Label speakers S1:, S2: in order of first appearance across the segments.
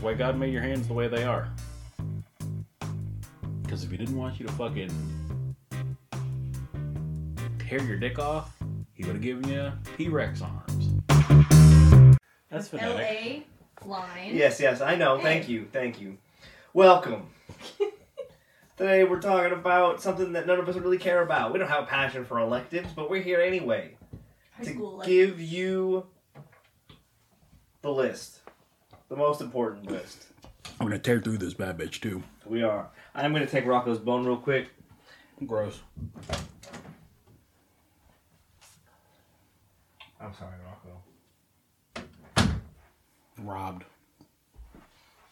S1: why God made your hands the way they are. Because if He didn't want you to fucking tear your dick off, He would have given you T Rex arms. That's phonetic.
S2: LA line.
S3: Yes, yes, I know. Thank you, thank you. Welcome. Today we're talking about something that none of us really care about. We don't have a passion for electives, but we're here anyway
S2: High
S3: to
S2: school like
S3: give you the list, the most important list.
S1: I'm gonna tear through this bad bitch too.
S3: We are. I'm gonna take Rocco's bone real quick.
S1: Gross.
S3: I'm sorry, Rocco.
S1: Robbed.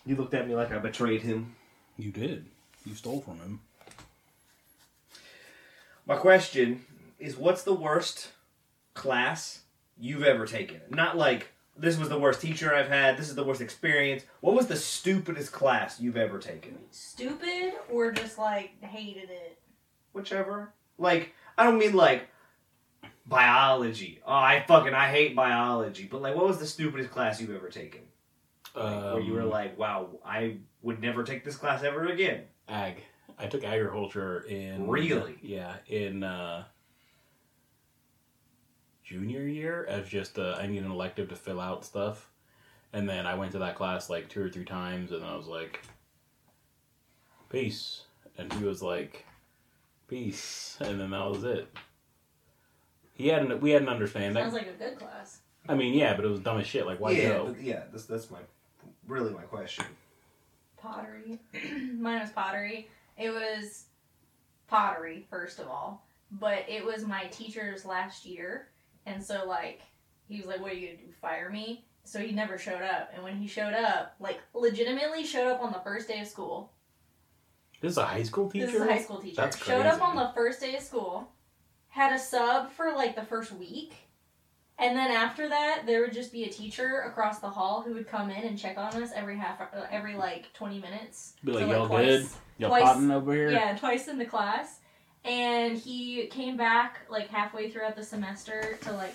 S3: You looked at me like I betrayed him.
S1: You did. You stole from him.
S3: My question is what's the worst class you've ever taken? Not like this was the worst teacher I've had, this is the worst experience. What was the stupidest class you've ever taken?
S2: stupid or just like hated it.
S3: Whichever. Like, I don't mean like biology. Oh, I fucking I hate biology. But like what was the stupidest class you've ever taken? Like, where you were
S1: Um,
S3: like, wow, I would never take this class ever again.
S1: ag. I took agriculture in
S3: Really?
S1: yeah in uh, junior year as just uh, I need an elective to fill out stuff, and then I went to that class like two or three times, and I was like, peace, and he was like, peace, and then that was it. He had an, we had an understanding.
S2: Sounds like a good class.
S1: I mean, yeah, but it was dumb as shit. Like, why
S3: yeah,
S1: go?
S3: but- yeah, that's that's my really my question.
S2: Pottery. Mine was pottery. It was pottery, first of all. But it was my teacher's last year. And so, like, he was like, What are you going to do? Fire me? So he never showed up. And when he showed up, like, legitimately showed up on the first day of school.
S1: This is a high school teacher.
S2: This is a high school teacher.
S1: That's
S2: Showed up
S1: crazy.
S2: on the first day of school, had a sub for like the first week, and then after that, there would just be a teacher across the hall who would come in and check on us every half, uh, every like twenty minutes.
S1: Be like,
S2: So,
S1: y'all good?
S2: twice-
S1: Y'all
S2: twice-
S1: potting over here?
S2: Yeah, twice in the class, and he came back like halfway throughout the semester to like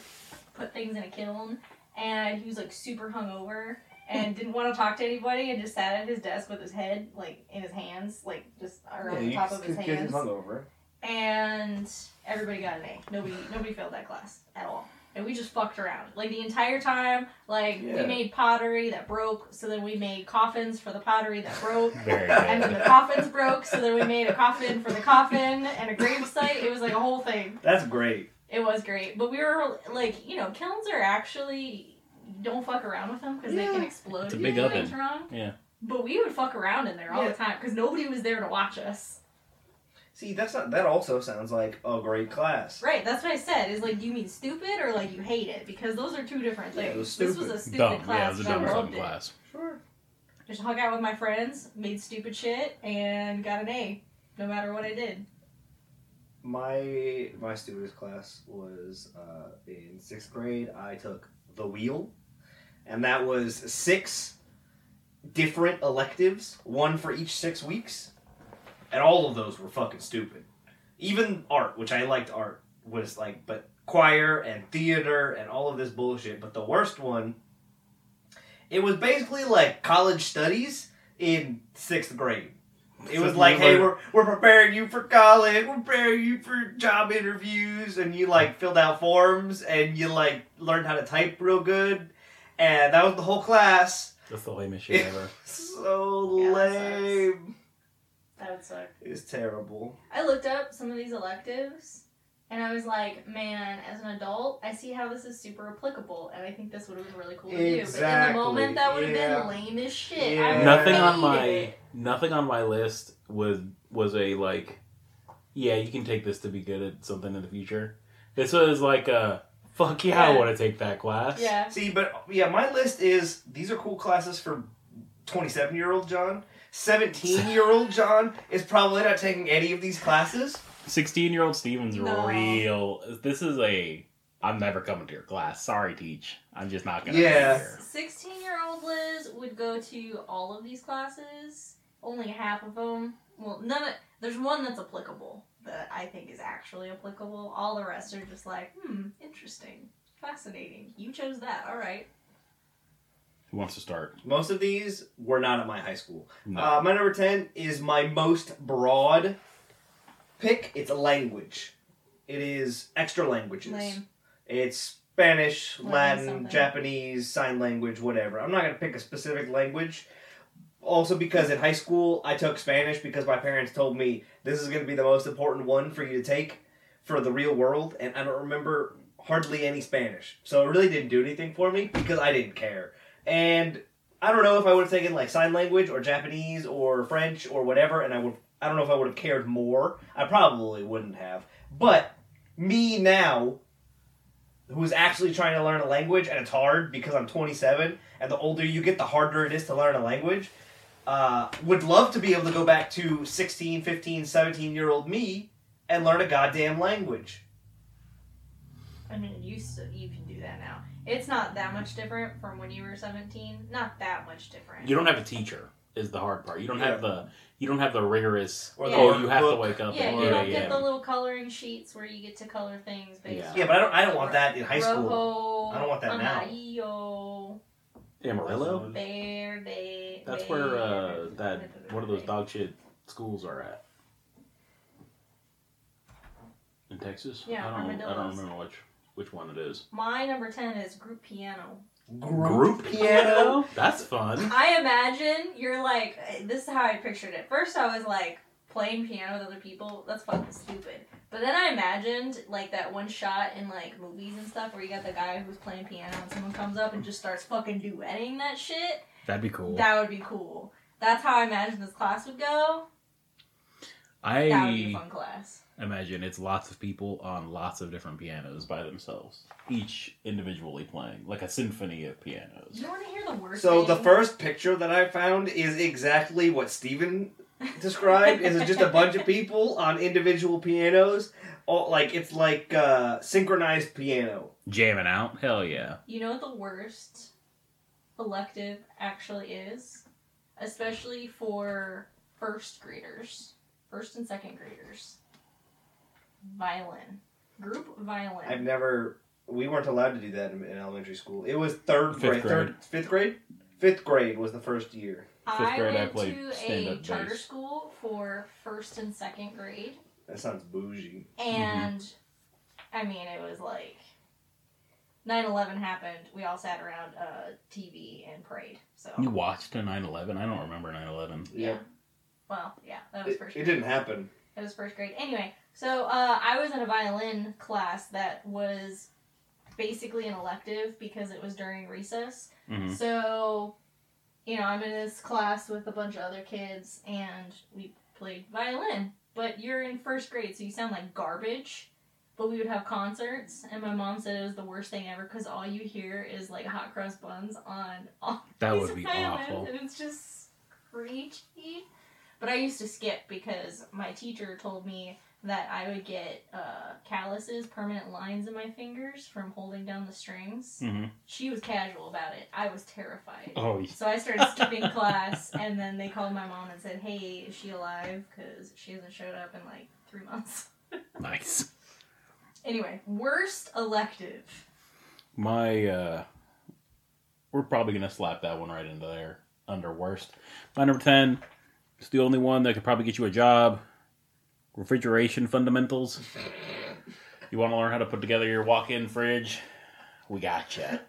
S2: put things in a kiln, and he was like super hungover. And didn't want to talk to anybody, and just sat at his desk with his head like in his hands, like just around the top of his hands
S3: hungover.
S2: and everybody got an A. Nobody nobody failed that class at all. And we just fucked around. Like the entire time, like
S3: Yeah.
S2: we made pottery that broke, so then we made coffins for the pottery that broke.
S1: Very
S2: And then
S1: good.
S2: the coffins broke, so then we made a coffin for the coffin and a gravesite. It was like a whole thing.
S3: That's great.
S2: It was great. But we were like, you know, kilns are actually don't fuck around with them because they can
S3: Yeah.
S2: explode.
S1: It's a
S2: if
S1: big
S2: you do
S1: oven.
S2: things Wrong.
S1: Yeah.
S2: But we would fuck around in there all
S3: Yeah.
S2: the time because nobody was there to watch us.
S3: See, that's not. That also sounds like a great class.
S2: Right, that's what I said. Is like, do you mean stupid or like you hate it? Because those are two different
S3: Yeah,
S2: things.
S3: it was
S2: this was
S3: stupid.
S2: a stupid
S1: dumb.
S2: class.
S1: Yeah, it was a
S2: but I
S1: dumb
S2: loved
S1: fucking
S2: it.
S1: class.
S3: Sure.
S2: Just hung out with my friends, made stupid shit, and got an A, no matter what I did.
S3: My my stupidest class was uh, in sixth grade. I took the wheel, and that was six different electives, one for each six weeks, and all of those were fucking stupid. Even art, which I liked art, was like, but choir and theater and all of this bullshit. But the worst one, it was basically like college studies in sixth grade. It was like, hey, we're, we're preparing you for college, we're preparing you for job interviews, and you like filled out forms and you like learned how to type real good, and that was the whole class.
S1: That's the lamest shit ever.
S3: So
S2: Yeah, that sucks.
S3: lame.
S2: That would suck.
S3: It's terrible.
S2: I looked up some of these electives, and I was like, man, as an adult, I see how this is super applicable, and I think this would have been really cool to do. But in the
S3: Exactly,
S2: moment, that would have
S3: yeah.
S2: been lame as shit. I
S3: Yeah.
S2: would've
S1: Nothing on
S2: hated
S1: my
S2: it.
S1: nothing on my list was was a like, yeah, you can take this to be good at something in the future. This was like a fuck yeah, I
S2: Yeah.
S1: want to take that class.
S2: Yeah.
S3: See, but yeah, my list is these are cool classes for 27 year old John. 17 year old John is probably not taking any of these classes.
S1: Sixteen year old Steven's
S2: No.
S1: real. This is a. I'm never coming to your class. Sorry, teach. I'm just not gonna.
S3: Yeah.
S1: Be here.
S2: 16 year old Liz would go to all of these classes. Only half of them. Well, none of. There's one that's applicable that I think is actually applicable. All the rest are just like, hmm, interesting, fascinating. You chose that. All right.
S1: Who wants to start?
S3: Most of these were not at my high school.
S1: No.
S3: Uh, my number 10 is my most broad pick. It's a language. It is extra languages.
S2: Lame.
S3: It's Spanish,
S2: Latin
S3: Latin,
S2: something.
S3: Japanese, sign language, whatever. I'm not going to pick a specific language. Also, because in high school I took Spanish because my parents told me this is going to be the most important one for you to take for the real world, and I don't remember hardly any Spanish. So it really didn't do anything for me because I didn't care. And I don't know if I would have taken like sign language or Japanese or French or whatever, and I would. I don't know if I would have cared more. I probably wouldn't have. But me now who's actually trying to learn a language and it's hard because I'm 27 and the older you get the harder it is to learn a language uh, would love to be able to go back to 16 15 17 year old me and learn a goddamn language
S2: I mean, you s you can do that now. It's not that much different from when you were seventeen. Not that much different.
S1: You don't have a teacher is the hard part. You don't have the you don't have the rigorous.
S3: Or
S2: the
S1: oh, you have to
S3: workbook.
S1: wake up.
S2: yeah,
S1: and,
S2: you
S3: Yeah,
S2: don't
S1: yeah,
S2: get the little coloring sheets where you get to color things based.
S1: Yeah.
S2: on
S3: yeah but I don't I don't want that in high school
S2: Rojo,
S3: I don't want that now.
S2: Amarillo,
S1: Amarillo.
S2: verde.
S1: That's where uh,
S2: verde.
S1: that one of those dog shit schools are at. In Texas?
S2: Yeah,
S1: I don't I don't
S2: Armadillos.
S1: remember which which one it is.
S2: My number ten is group piano.
S1: That's fun.
S2: I imagine you're like, this is how I pictured it. First, I was like, playing piano with other people, that's fucking stupid. But then I imagined like that one shot in like movies and stuff where you got the guy who's playing piano and someone comes up and just starts fucking duetting that shit.
S1: That'd be cool.
S2: That would be cool. That's how I imagined this class would go. That would be a
S1: I
S2: fun class.
S1: imagine it's lots of people on lots of different pianos by themselves, each individually playing like a symphony of pianos.
S2: You want to hear the worst?
S3: so the
S2: thing?
S3: first picture that I found is exactly what Steven described is just a bunch of people on individual pianos all like it's like uh, synchronized piano
S1: Jamming out? Hell yeah.
S2: You know what the worst elective actually is? Especially for first graders, first and second graders. Violin. Group violin.
S3: I've never. We weren't allowed to do that in, in elementary school. It was third
S1: Fifth
S3: grade.
S1: grade.
S3: Third, fifth grade. Fifth grade was the first year.
S1: Fifth grade, I
S2: went
S1: played
S2: to a
S1: stand-up
S2: charter
S1: bass.
S2: school for first and second grade,
S3: That sounds bougie.
S1: Mm-hmm.
S2: and I mean, it was like 9 11 happened. We all sat around uh, TV and prayed. So,
S1: You watched a 9/11? I don't remember 9/11.
S2: yeah. Well, yeah, that was
S3: It,
S2: first
S3: it
S2: grade.
S3: didn't happen.
S2: It was first grade. Anyway, so uh, I was in a violin class that was basically an elective because it was during recess.
S1: Mhm.
S2: So, you know, I'm in this class with a bunch of other kids and we played violin. But you're in first grade, so you sound like garbage. But we would have concerts, and my mom said it was the worst thing ever because all you hear is like hot cross buns on all
S1: That
S2: He's
S1: would be
S2: violent,
S1: awful.
S2: And it's just screechy. But I used to skip because my teacher told me that I would get uh, calluses, permanent lines in my fingers from holding down the strings.
S1: hmm
S2: She was casual about it. I was terrified.
S1: Oh, y-
S2: So I started skipping class, and then they called my mom and said, "Hey, is she alive? Because she hasn't showed up in like three months."
S1: nice.
S2: Anyway, worst elective.
S1: My uh we're probably gonna slap that one right into there under worst. My number ten is the only one that could probably get you a job. Refrigeration fundamentals. You want to learn how to put together your walk-in fridge? We gotcha.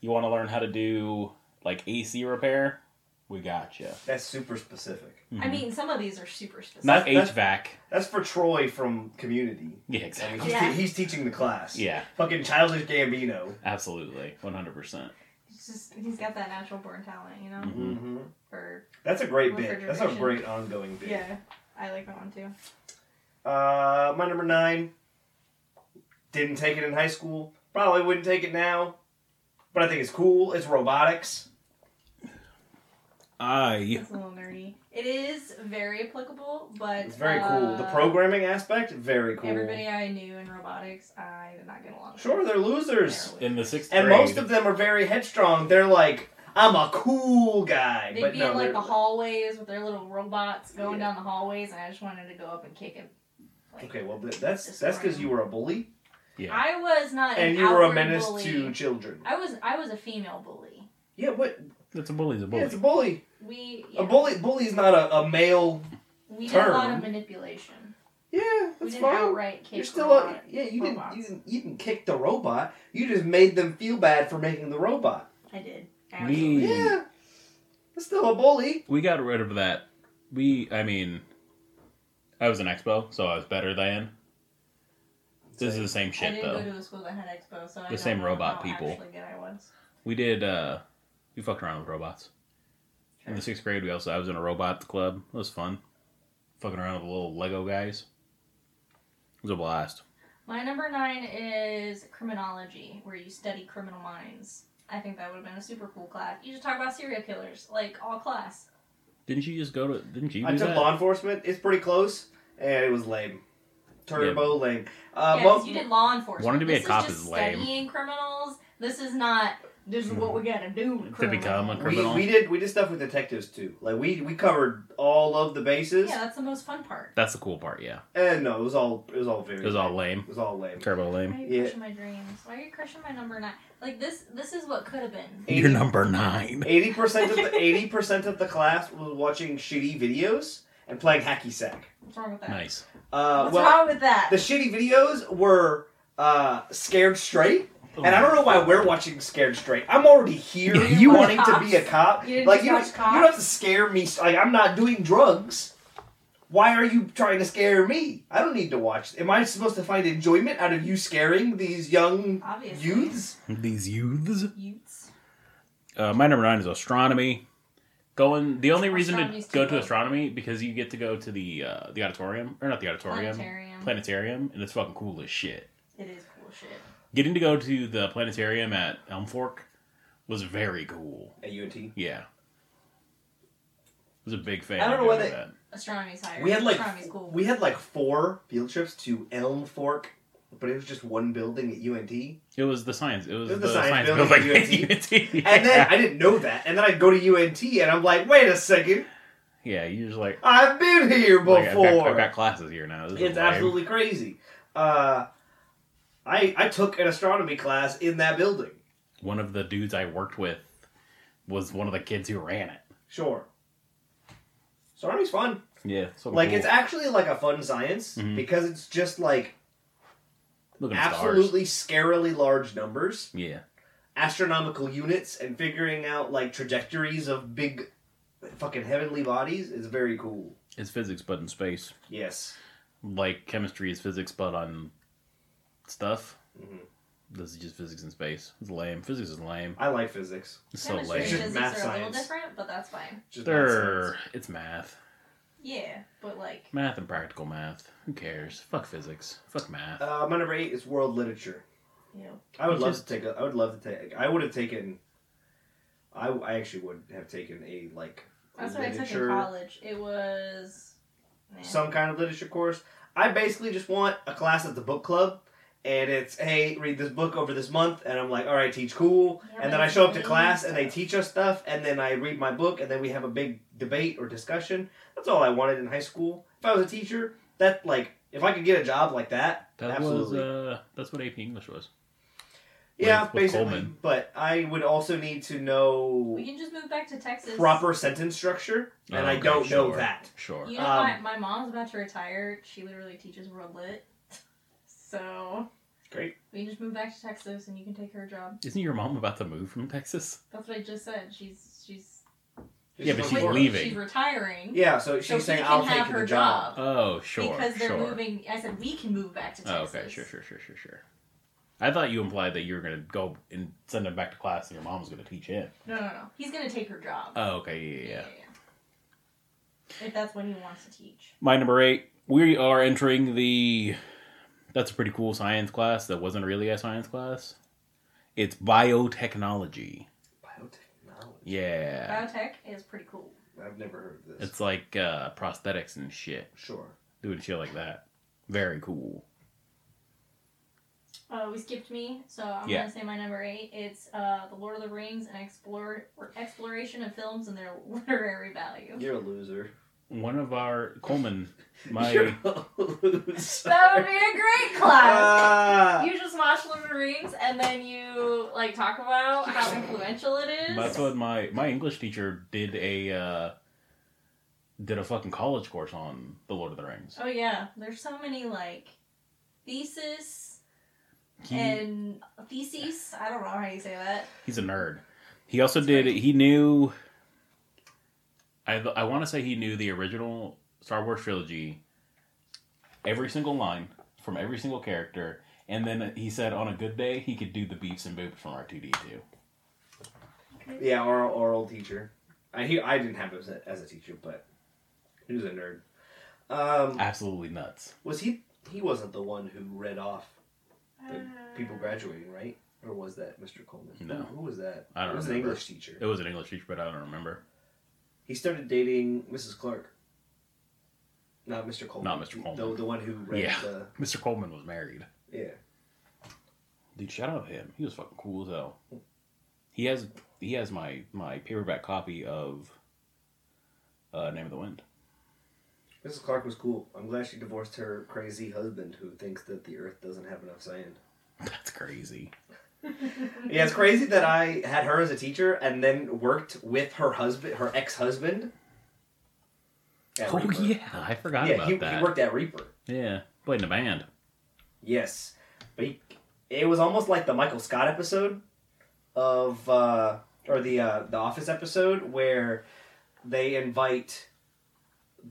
S1: You want to learn how to do like AC repair? We gotcha.
S3: That's super specific.
S2: I
S1: Mhm.
S2: mean, some of these are super specific.
S1: not
S3: that's-
S1: HVAC.
S3: That's for Troy from Community.
S1: Yeah,
S3: I mean,
S1: exactly.
S3: he's,
S2: Yeah.
S3: he's teaching the class.
S1: Yeah,
S3: Fucking childish Gambino.
S1: absolutely, one hundred percent.
S2: It's just he's got that natural born talent, you know,
S1: Mhm.
S3: hmm
S2: for
S3: That's a great bit. That's a
S2: Refrigeration.
S3: great ongoing bit.
S2: Yeah, I like that one too.
S3: Uh, my number nine. Didn't take it in high school. Probably wouldn't take it now. But I think it's cool. It's robotics.
S1: I
S2: It's a little nerdy. It is very applicable, but
S3: It's very cool. The
S2: uh,
S3: programming aspect, very cool.
S2: Everybody I knew in robotics, I did not get along. with.
S3: Sure, they're losers.
S1: in the sixth
S3: And
S1: grade-
S3: most of them are very headstrong. They're like, I'm a cool guy.
S2: They'd
S3: but
S2: be
S3: no,
S2: in like
S3: they're-
S2: the hallways with their little robots going
S3: Yeah.
S2: down the hallways, and I just wanted to go up and kick him. Like,
S3: Okay, well, th- that's that's because you were a bully
S1: Yeah.
S2: I was not. an
S3: and you were a
S2: outward
S3: menace
S2: bully.
S3: to children.
S2: I was. I was a female bully.
S3: Yeah, what?
S1: That's a bully's a
S3: Yeah,
S1: bully.
S3: it's a bully.
S2: We yeah,
S3: A bully. Bully's not a, a male.
S2: we did a lot
S3: term.
S2: of manipulation.
S3: Yeah,
S2: we
S3: that's
S2: didn't
S3: fine.
S2: outright kick
S3: You're still
S2: robot.
S3: a, yeah. You didn't,
S2: robots.
S3: you didn't you didn't kick the robot. You just made them feel bad for making the robot.
S2: I did.
S1: Me.
S2: Absolutely.
S3: Yeah, that's still a bully.
S1: we got rid of that. We, I mean, I was an expo, so I was better than. This is the same
S2: I
S1: shit
S2: didn't
S1: though.
S2: go to a school that had expo, so I
S1: The
S2: don't
S1: same
S2: know
S1: robot
S2: how
S1: people.
S2: Actually, good I was.
S1: We did. uh We fucked around with robots. In the sixth grade, we also I was in a robot club. It was fun. Fucking around with the little Lego guys. It was a blast.
S2: My number nine is criminology, where you study criminal minds. I think that would have been a super cool class. You should talk about serial killers, like all class.
S1: Didn't you just go to? Didn't you?
S3: I
S1: do
S3: took
S1: that?
S3: law enforcement. It's pretty close, and it was lame. Turbo lame. Uh,
S2: yeah, 'cause
S3: mo-
S2: you did law enforcement.
S1: Wanting to be a
S2: this
S1: cop
S2: is, just
S1: is lame.
S2: Studying criminals. This is not. This is what we gotta do with
S1: To become a
S2: criminals.
S1: cri-
S3: we,
S1: criminal.
S3: we did we did stuff with detectives too. Like we we covered all of the bases.
S2: Yeah, that's the most fun part.
S1: That's the cool part. Yeah,
S3: And no, it was all it was all very
S1: it was all lame.
S3: it was all lame.
S1: Turbo
S2: Why
S1: lame.
S2: are you
S3: Yeah.
S2: crushing my dreams? Why are you crushing my number nine? Like this. This is what could have been.
S1: You're number nine.
S3: Eighty percent of the eighty percent of the class was watching shitty videos and playing hacky sack.
S2: What's wrong with that?
S1: Nice.
S3: Uh,
S2: What's
S3: well,
S2: wrong with that?
S3: the shitty videos were uh, scared straight, and I don't know why we're watching scared straight. I'm already here
S1: Yeah, you
S3: wanting
S2: watch
S3: to be a cop.
S2: You didn't
S3: like
S2: just
S3: you don't,
S2: watch Cops?
S3: you don't have to scare me. Like I'm not doing drugs. Why are you trying to scare me? I don't need to watch. Am I supposed to find enjoyment out of you scaring these young
S2: Obviously.
S3: youths?
S1: These youths.
S2: Utes.
S1: Uh, my number nine is astronomy. Going the only reason to
S2: Astronomy's too
S1: go to
S2: low.
S1: astronomy because you get to go to the uh, the auditorium or not the auditorium
S2: Planetarium.
S1: planetarium and it's fucking cool as shit.
S2: It is cool shit.
S1: Getting to go to the planetarium at Elm Fork was very cool.
S3: At UNT,
S1: Yeah, was a big fan.
S3: I don't
S1: of
S3: know why
S1: doing
S3: they-
S1: that.
S2: Astronomy's higher.
S3: we had like
S2: astronomy's cool.
S3: we had like four field trips to Elm Fork, but it was just one building at UNT.
S1: it was the science. It was,
S3: It
S1: the,
S3: was
S1: science,
S3: building
S1: building.
S3: at
S1: at UNT.
S3: And then
S1: yeah.
S3: I didn't know that. And then I'd go to UNT and I'm like, wait a second,
S1: yeah, you're just like
S3: I've been here before.
S1: like, I've, got, I've got classes here now. This is
S3: it's
S1: lame.
S3: absolutely crazy. Uh, I I took an astronomy class in that building.
S1: one of the dudes I worked with was one of the kids who ran it.
S3: Sure. Astronomy's fun.
S1: Yeah,
S3: Like it's actually like a fun science
S1: Mhm.
S3: because it's just like
S1: Looking at stars.
S3: absolutely scarily large numbers,
S1: Yeah.
S3: astronomical units, and figuring out like trajectories of big fucking heavenly bodies is very cool.
S1: It's physics, but in space.
S3: Yes.
S1: Like chemistry is physics, but on stuff.
S3: Mhm.
S1: This is just physics in space. It's lame. Physics is lame.
S3: I like physics.
S1: It's so
S2: Chemistry and
S3: It's just
S1: lame.
S2: physics
S3: math
S2: are a little
S3: science.
S2: different, but that's fine.
S3: Just not science.
S1: They're, it's math.
S2: Yeah, but like
S1: Math and practical math. Who cares? Fuck physics. Fuck math.
S3: Uh, my number eight is world literature.
S2: you know,
S3: I would
S1: Which
S3: love
S1: is-
S3: to take. A, I would love to take. I would have taken. I, I actually would have taken a like
S2: that's what I took in
S3: literature,
S2: college. It was eh.
S3: some kind of literature course. I basically just want a class at the book club, and it's hey, read this book over this month, and I'm like, all right, teach cool,
S2: Yeah,
S3: and
S2: but
S3: then I
S2: it's
S3: show up to
S2: lame
S3: class and they
S2: stuff.
S3: teach us stuff, and then I read my book, and then we have a big debate or discussion. That's all I wanted in high school. If I was a teacher, that like if I could get a job like that,
S1: that
S3: absolutely.
S1: was, uh, that's what AP English was.
S3: Yeah,
S1: with
S3: basically.
S1: Coleman.
S3: But I would also need to know
S2: We can just move back to Texas.
S3: proper sentence structure, and
S1: Oh,
S3: I
S1: okay,
S3: don't know
S1: sure.
S3: that.
S1: Sure.
S2: You know,
S3: Um,
S2: my, my mom's about to retire. She literally teaches world lit, so
S3: Great.
S2: we can just move back to Texas, and you can take her job.
S1: Isn't your mom about to move from Texas?
S2: That's what I just said. She's she's
S1: Yeah, but
S3: Just
S1: she's
S3: work.
S1: leaving.
S2: She's retiring.
S3: Yeah, so she's
S2: so
S3: saying
S2: he can
S3: I'll
S2: have
S3: take
S2: her
S3: the job.
S1: Oh, sure.
S2: because they're
S1: sure.
S2: moving. I said we can move back to
S1: Oh,
S2: Texas.
S1: okay, sure, sure, sure, sure, sure. I thought you implied that you were gonna go and send him back to class, and your mom was gonna teach him.
S2: No, no, no. He's gonna take her job.
S1: Oh, okay, yeah, yeah, yeah.
S2: yeah. If that's when he wants to teach.
S1: My number eight. We are entering the. That's a pretty cool science class that wasn't really a science class. It's biotechnology.
S3: Biotechnology.
S1: Yeah,
S2: Biotech is pretty cool.
S3: I've never heard of this.
S1: it's like uh, prosthetics and shit,
S3: Sure.
S1: doing shit like that. Very cool.
S2: Uh, we skipped me, so I'm
S1: Yeah.
S2: gonna say my number eight. It's uh, the Lord of the Rings and explore exploration of films and their literary value.
S3: You're a loser.
S1: one of our Coleman,
S3: You're
S1: my
S3: a loser.
S2: That would be a great class.
S3: Ah.
S2: you just watch Lord of the Rings and then you like talk about how influential it is.
S1: that's what my my English teacher did a uh, did a fucking college course on the Lord of the Rings.
S2: Oh yeah, there's so many like thesis
S1: He-
S2: and theses. I don't know how you say that.
S1: He's a nerd. He also did. He knew. I I want to say he knew the original Star Wars trilogy. Every single line from every single character, and then he said on a good day he could do the beeps and boops from R two D two.
S3: Yeah, our oral teacher. I he, I didn't have him as a, as a teacher, but he was a nerd. Um,
S1: Absolutely nuts.
S3: was he? He wasn't the one who read off the people
S2: Uh,
S3: graduating, right? Or was that Mr. Coleman?
S1: No.
S3: Who, who was that?
S1: I don't
S3: It was
S1: remember.
S3: an English teacher.
S1: It was an English teacher, but I don't remember.
S3: He started dating Mrs. Clark. Not Mr. Coleman.
S1: Not Mr. Coleman.
S3: The, the one who read
S1: Yeah.
S3: the
S1: Mr. Coleman was married.
S3: yeah.
S1: Dude, shout out to him. He was fucking cool as hell. He has he has my my paperback copy of uh, Name of the Wind.
S3: Mrs. Clark was cool. I'm glad she divorced her crazy husband who thinks that the earth doesn't have enough sand.
S1: That's crazy.
S3: Yeah, it's crazy that I had her as a teacher and then worked with her husband, her ex husband.
S1: Oh yeah, I forgot
S3: yeah,
S1: about
S3: he,
S1: that.
S3: he worked at Reaper.
S1: Yeah, played in a band.
S3: Yes, but he, it was almost like the Michael Scott episode of uh, or the uh, the Office episode where they invite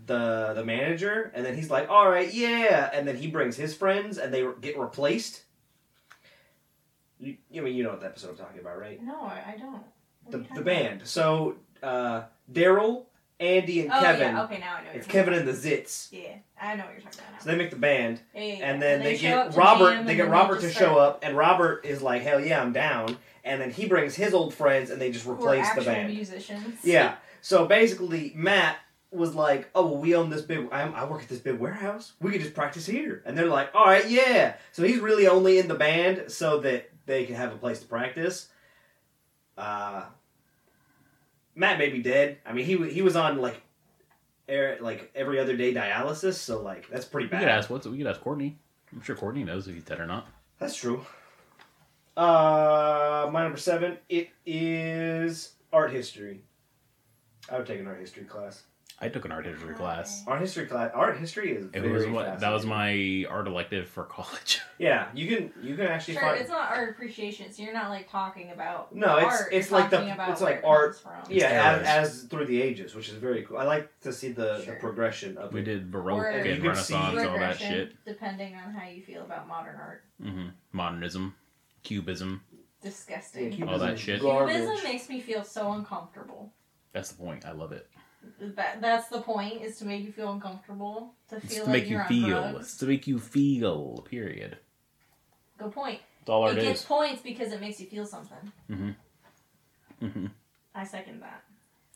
S3: the the manager and then he's like, "All right, yeah," and then he brings his friends and they re- get replaced. You, I mean, you know what episode I'm talking about, right?
S2: no, I I don't. What are
S3: The,
S2: you talking
S3: the
S2: about?
S3: band. So uh, Daryl, Andy, and
S2: Oh
S3: Kevin.
S2: yeah. Okay, now I know. what
S3: It's
S2: you're
S3: Kevin
S2: talking
S3: and the Zits.
S2: about. Yeah, I know what you're talking about now.
S3: So they make the band
S2: Yeah, yeah, yeah.
S3: and then they,
S2: show up
S3: get
S2: to jam
S3: Robert.
S2: and
S3: They
S2: then
S3: get Robert to
S2: just
S3: show
S2: start-
S3: up, and Robert is like, "Hell yeah, I'm down." And then he brings his old friends, and they just
S2: who are
S3: replace the
S2: actual
S3: band.
S2: Musicians.
S3: Yeah. So basically, Matt was like, "Oh, well, we own this big. I, I work at this big warehouse. We could just practice here." And they're like, "All right, yeah." So he's really only in the band so that they can have a place to practice. Uh, Matt may be dead. I mean, he wa- he was on like. Air, like every other day dialysis, so like that's pretty
S1: We
S3: bad.
S1: could ask what's we could ask Courtney. I'm sure Courtney knows if he's dead or not.
S3: That's true. Uh, my number seven. It is art history. I would take an art history class.
S1: I took an art history
S2: Oh,
S1: class.
S3: Art history class. Art history is
S1: It
S3: very
S1: was what that was my
S3: fascinating.
S1: art elective for college.
S3: Yeah, you can you can actually
S2: Sure,
S3: find.
S2: it's not art appreciation, so you're not like talking about
S3: No, it's-
S2: art,
S3: it's
S2: you're
S3: like the-
S2: talking about
S3: it's
S2: where
S3: like
S2: it comes
S3: art-
S2: from.
S3: yeah,
S1: eras.
S3: as, as through the ages, which is very cool. I like to see the,
S2: Sure.
S3: the progression of
S1: We
S3: it.
S1: did Baroque
S2: Or- You
S1: and
S3: could see-
S1: Renaissance, all that
S2: Regression,
S1: shit.
S2: Depending on how you feel about modern art,
S1: hmm Modernism, Cubism.
S3: Yeah,
S2: disgusting.
S1: All that
S3: Cubism's
S1: shit.
S3: garbage.
S2: Cubism makes me feel so uncomfortable.
S1: That's the point. I love it.
S2: That that's the point is to make you feel uncomfortable, to
S1: It's
S2: feel
S1: to
S2: like
S1: make you
S2: you're on
S1: feel. It's
S2: drugs.
S1: to make you feel. Period.
S2: Good point.
S1: That's all
S2: it
S1: art
S2: gets
S1: is.
S2: points because it makes you feel something.
S1: Mhm.
S2: I second that.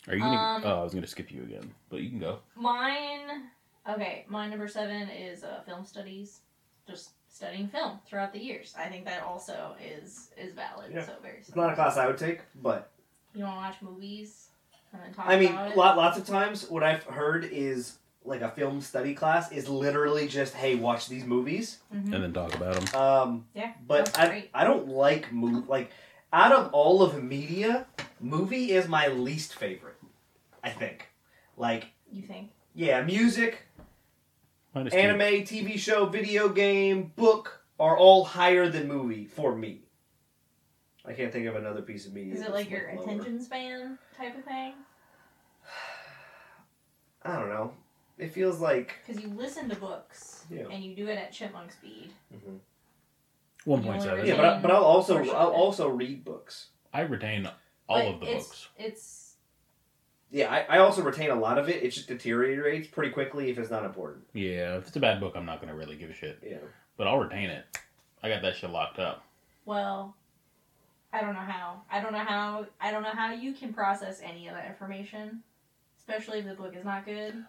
S1: Are you? Gonna,
S2: Um,
S1: oh, I was gonna skip you again, but you can go.
S2: Mine, okay, my number seven is uh, film studies. Just studying film throughout the years. I think that also is is valid.
S3: Yeah.
S2: So very.
S3: It's not
S2: Similar.
S3: a class I would take, but
S2: You want to watch movies and then talk
S3: I mean,
S2: about it.
S3: lot, lots of times what I've heard is like a film study class is literally just hey, watch these movies.
S2: Mhm.
S1: And then talk about them.
S3: Um,
S2: Yeah,
S3: but
S2: that's
S3: I,
S2: great.
S3: I don't like move like out of all of media, movie is my least favorite. I think like
S2: You think?
S3: yeah, music, anime, TV show, video game, book are all higher than movie for me. I can't think of another piece of media.
S2: Is it
S3: that's,
S2: like your
S3: lower.
S2: attention span type of thing?
S3: I don't know. It feels like
S2: Because you listen to books
S3: Yeah.
S2: and you do it at chipmunk speed.
S1: One point seven.
S3: yeah, but I, but I'll also
S2: Portion of
S3: I'll
S2: it.
S3: also read books.
S1: I retain all
S2: Like,
S1: of the
S2: it's,
S1: books.
S2: It's
S3: Yeah, I, I also retain a lot of it. It just deteriorates pretty quickly if it's not important.
S1: Yeah, if it's a bad book, I'm not gonna really give a shit.
S3: Yeah.
S1: But I'll retain it. I got that shit locked up.
S2: well, I don't know how. I don't know how. I don't know how you can process any of that information, especially if the book is not good,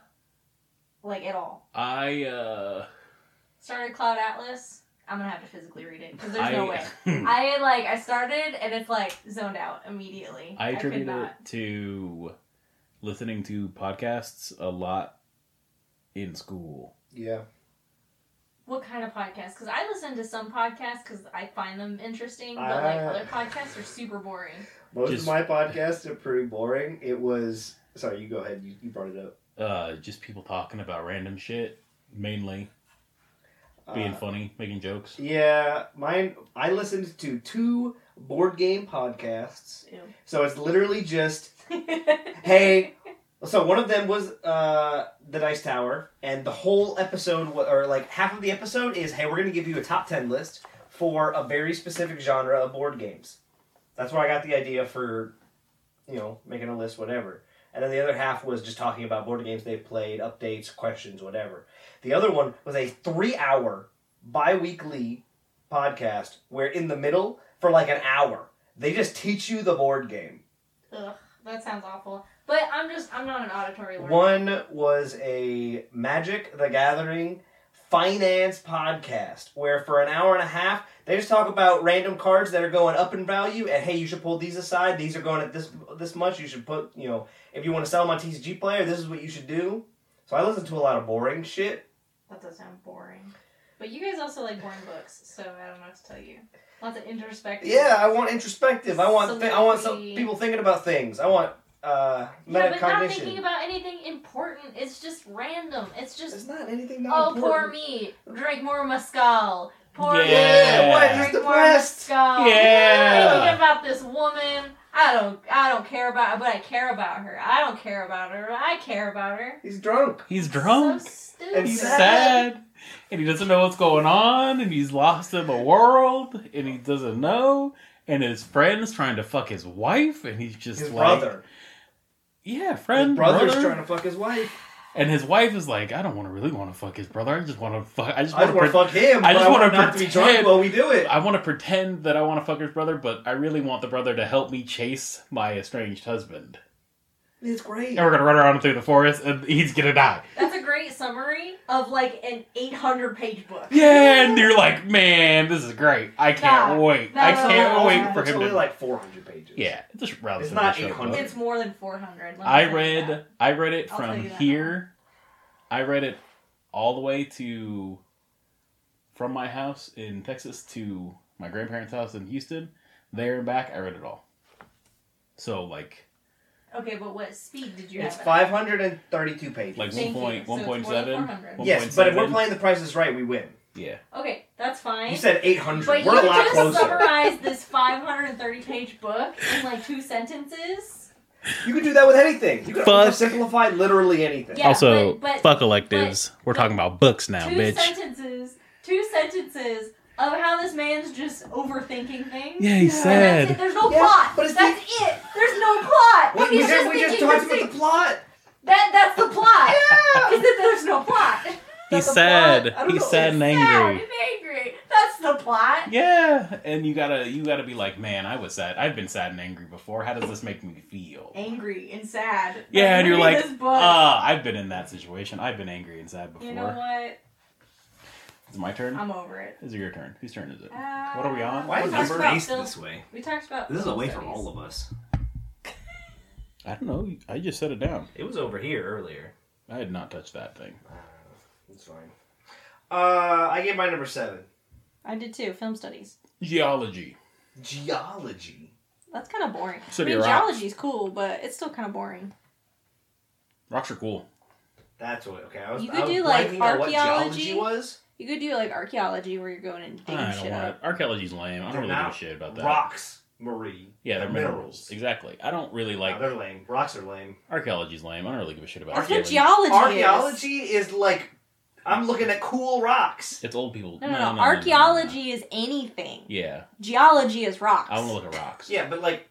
S2: like at all.
S1: I uh
S2: Started Cloud Atlas. I'm gonna have to physically read it because there's
S1: I,
S2: no way. I like I started and it's like zoned out immediately.
S1: I
S2: could
S1: attribute
S2: not.
S1: it to listening to podcasts a lot in school.
S3: Yeah.
S2: What kind of podcast? Because I listen to some podcasts because I find them interesting, but like
S3: Ah.
S2: other podcasts are super boring.
S3: Most
S1: Just-
S3: of my podcasts are pretty boring. It was sorry, you go ahead. You, you brought it up.
S1: Uh, just people talking about random shit, mainly
S3: Uh,
S1: being funny, making jokes.
S3: yeah, mine. I listened to two board game podcasts,
S2: Ew.
S3: so it's literally just hey. So one of them was uh, the Dice Tower, and the whole episode, wa- or like half of the episode, is hey, we're gonna give you a top ten list for a very specific genre of board games. That's where I got the idea for, you know, making a list, whatever. And then the other half was just talking about board games they've played, updates, questions, whatever. The other one was a three-hour bi-weekly podcast where in the middle for like an hour they just teach you the board game.
S2: Ugh, that sounds awful. But I'm just I'm not an auditory learner.
S3: One was a Magic the Gathering finance podcast where for an hour and a half they just talk about random cards that are going up in value and hey you should pull these aside these are going at this this much you should put you know if you want to sell them on TCG player this is what you should do so I listen to a lot of boring shit
S2: That does sound boring. But you guys also like boring books, so I don't know what to tell you. Lots of introspective.
S3: yeah I want introspective I want thi- I want some
S2: Soliloquy.
S3: people thinking about things I want uh
S2: Yeah, but not thinking
S3: metacognition
S2: about anything important. It's just random. It's just
S3: it's not anything not
S2: oh, poor
S3: important
S2: me. Drink more mezcal. Poor
S1: Yeah,
S2: me.
S1: what, he's
S2: Drink more
S3: depressed.
S2: mezcal.
S1: Yeah.
S2: Thinking about this woman. I don't. I don't care about. But I care about her. I don't care about her. I care about her.
S3: he's drunk
S1: He's drunk.
S2: So stupid.
S1: he's
S3: sad.
S1: sad. And he doesn't know what's going on, and he's lost in the world, and he doesn't know. And his friend's trying to fuck his wife, and he's just
S3: his
S1: like,
S3: brother
S1: yeah, friend,
S3: his brother's
S1: brother.
S3: trying to fuck his wife
S1: And his wife is like, I don't want to really want to fuck his brother. I just want to fuck. I just
S3: I
S1: want
S3: just
S1: to.
S3: want to fuck him.
S1: I
S3: but
S1: just
S3: I
S1: wanna
S3: want him not to be drunk
S1: pretend-
S3: while we do it.
S1: I want to pretend that I want to fuck his brother, but I really want the brother to help me chase my estranged husband.
S3: It's
S1: And
S3: great.
S1: we're gonna run around through the forest, and he's gonna die.
S2: That's a great summary of like an 800 page book.
S1: Yeah, and you're like, man, this is great. I can't
S2: Nah,
S1: wait. I
S2: nah,
S1: can't
S2: nah,
S1: wait
S2: nah.
S1: for
S3: it's
S1: him
S3: only
S1: to.
S3: like 400 pages.
S1: yeah, it's just rather
S3: It's
S1: simple
S3: not
S1: show,
S3: 800.
S1: but-
S2: It's more than 400. let me tell
S1: I
S2: you that.
S1: read I read it
S2: I'll tell
S1: from
S2: you that.
S1: here. I read it all the way to from my house in Texas to my grandparents' house in Houston. There and back, I read it all. So like
S2: Okay, but what speed did you
S3: It's
S2: have?
S3: 532 pages.
S1: Like
S2: Thank you.
S1: 1.1.7.
S2: So it's more than 400.
S1: One-
S3: yes, but if we're
S1: 1.7.
S3: playing The Price is Right, we win.
S1: yeah.
S2: Okay, that's fine.
S3: You said 800.
S2: but
S3: we're
S2: you
S3: a lot
S2: just
S3: closer.
S2: summarized this 530 page book in like two sentences.
S3: You can do that with anything. You can
S1: Fuck.
S3: oversimplify literally anything.
S2: Yeah, Also, but- but- fuck
S1: electives. we're talking about books now,
S2: two sentences. Two sentences of how this man's just overthinking things.
S1: Yeah, he's
S2: And
S1: sad.
S2: that's it. There's no
S3: Yeah,
S2: plot.
S3: but it's
S2: that's it. There's no plot.
S3: We, we
S2: He's
S3: just, we just
S2: thinking
S3: talked
S2: this
S3: about the
S2: thing.
S3: plot.
S2: That that's the plot. Is that there's no plot.
S1: He's
S3: the
S1: sad.
S3: plot. I don't
S1: He's
S3: know.
S1: sad and
S2: Sad
S1: angry.
S2: and angry. That's the plot.
S1: Yeah, and you gotta you gotta be like, man, I was sad. I've been sad and angry before. How does this make me feel?
S2: Angry and sad.
S1: Yeah, and you're
S2: read
S1: like,
S2: this book.
S1: ah, I've been in that situation. I've been angry and sad before.
S2: you know what?
S1: It's my turn.
S2: I'm over it.
S1: Is it your turn? Whose turn is it?
S2: Uh,
S1: What are we on?
S2: we
S1: is
S2: talked
S1: this
S2: about film-
S3: way?
S2: We talked about.
S3: of us.
S1: I don't know. I just set it down.
S4: It was over here earlier.
S1: I had not touched that thing.
S3: It's fine. Uh, I gave my number seven.
S2: I did too. Film studies.
S1: Geology.
S3: Geology.
S2: That's kind of boring.
S1: City
S2: I
S1: of
S2: mean,
S1: Rocks.
S2: geology's cool, but it's still kind of boring.
S1: Rocks are cool.
S3: That's what. Okay, I was.
S2: You could
S3: I was
S2: do, like,
S3: blanking on what
S2: archaeology.
S3: geology was.
S2: You could do like archaeology where you're going and digging
S1: I don't
S2: shit
S1: want
S2: up.
S1: it. Archaeology's lame. I don't
S3: They're
S1: really give a
S3: not
S1: shit about that.
S3: Rocks, Marie.
S1: Yeah, they're minerals. Exactly. I don't really
S3: Like
S1: like
S3: they're lame. Rocks are lame.
S1: archaeology's lame. I don't really give a shit about
S2: That's what
S1: archaeology.
S2: geology is.
S3: Archaeology is like I'm looking at cool rocks.
S1: It's old people.
S2: No, no, no. archaeology is anything.
S1: Yeah,
S2: Geology is rocks.
S1: I want to look at rocks.
S3: Yeah, but like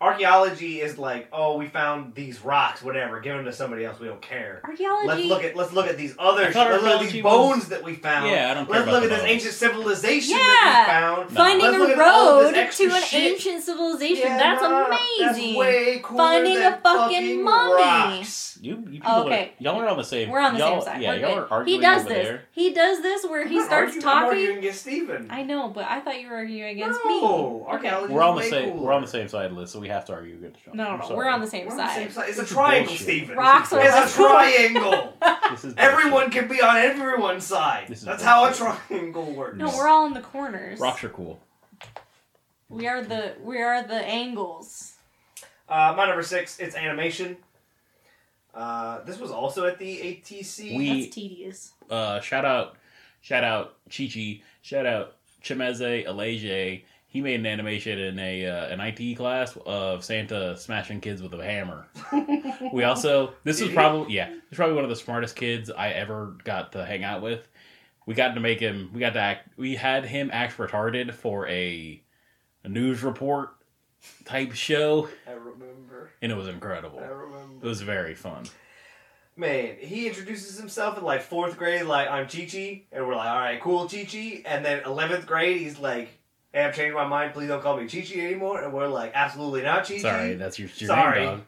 S3: archaeology is like oh we found these rocks whatever give them to somebody else we don't care.
S2: Archaeology.
S3: Let's look at let's look at these other
S1: I
S3: sh-
S1: thought
S3: let's look at
S1: archaeology
S3: these
S1: was-
S3: bones that we found.
S1: Yeah, I don't care
S3: Let's
S1: about
S3: look
S1: the
S3: at this
S1: bones.
S3: ancient civilization
S2: Yeah.
S3: that we found.
S1: No.
S2: Finding
S3: Let's look
S2: a
S3: at all
S2: road
S3: this
S2: to
S3: extra
S2: an
S3: shit.
S2: ancient civilization.
S3: Yeah,
S2: that's
S3: nah,
S2: amazing.
S3: That's way cooler
S2: Finding
S3: than
S2: a fucking mummy.
S3: Rocks.
S1: You, you people
S2: Oh, okay.
S1: are, y'all are on the same.
S2: We're on the
S1: y'all,
S2: same side.
S1: Yeah,
S2: We're
S1: y'all
S2: good.
S1: are arguing
S2: he does
S1: over
S2: this.
S1: there.
S2: He does this where he
S3: I'm
S2: starts
S3: arguing- I'm
S2: talking.
S3: arguing against Steven.
S2: I know, but I thought you were arguing against
S3: no,
S2: me.
S3: archaeology.
S1: We're on the
S3: way
S1: same.
S3: Cooler.
S1: We're on the same side of this, so we we have to argue against John.
S2: No,
S1: I'm
S2: no,
S1: sorry.
S2: we're on the same
S3: We're on the
S2: side.
S3: same side. It's a
S1: It's
S3: triangle,
S1: bullshit.
S3: Steven.
S2: Rocks are
S3: It's a triangle.
S1: This is
S3: Everyone
S1: bullshit.
S3: can be on everyone's side.
S1: This is
S3: That's how a
S1: bullshit.
S3: triangle works.
S2: No, we're all in the corners.
S1: Rocks are cool.
S2: We are the we are the angles.
S3: Uh, my number six, it's animation. Uh, this was also at the ATC.
S1: We-
S2: That's tedious.
S1: Uh, shout out, shout out Chichi, shout out Chimeze Alaje. He made an animation in a uh, an IT class of Santa smashing kids with a hammer. We also this
S3: Did
S1: is
S3: he?
S1: probably yeah he's probably one of the smartest kids I ever got to hang out with. We got to make him we got to act we had him act retarded for a, a news report type show
S3: I remember.
S1: and it was
S3: I
S1: incredible. It
S3: remember.
S1: was very fun.
S3: Man, he introduces himself in like fourth grade, like I'm Chi Chi, and we're like, all right, cool, Chi Chi. And then eleventh grade, he's like, hey, I've changed my mind. Please don't call me Chi Chi anymore. And we're like, absolutely not, Chi Chi.
S1: Sorry, that's your, your
S3: Sorry.
S1: name dog.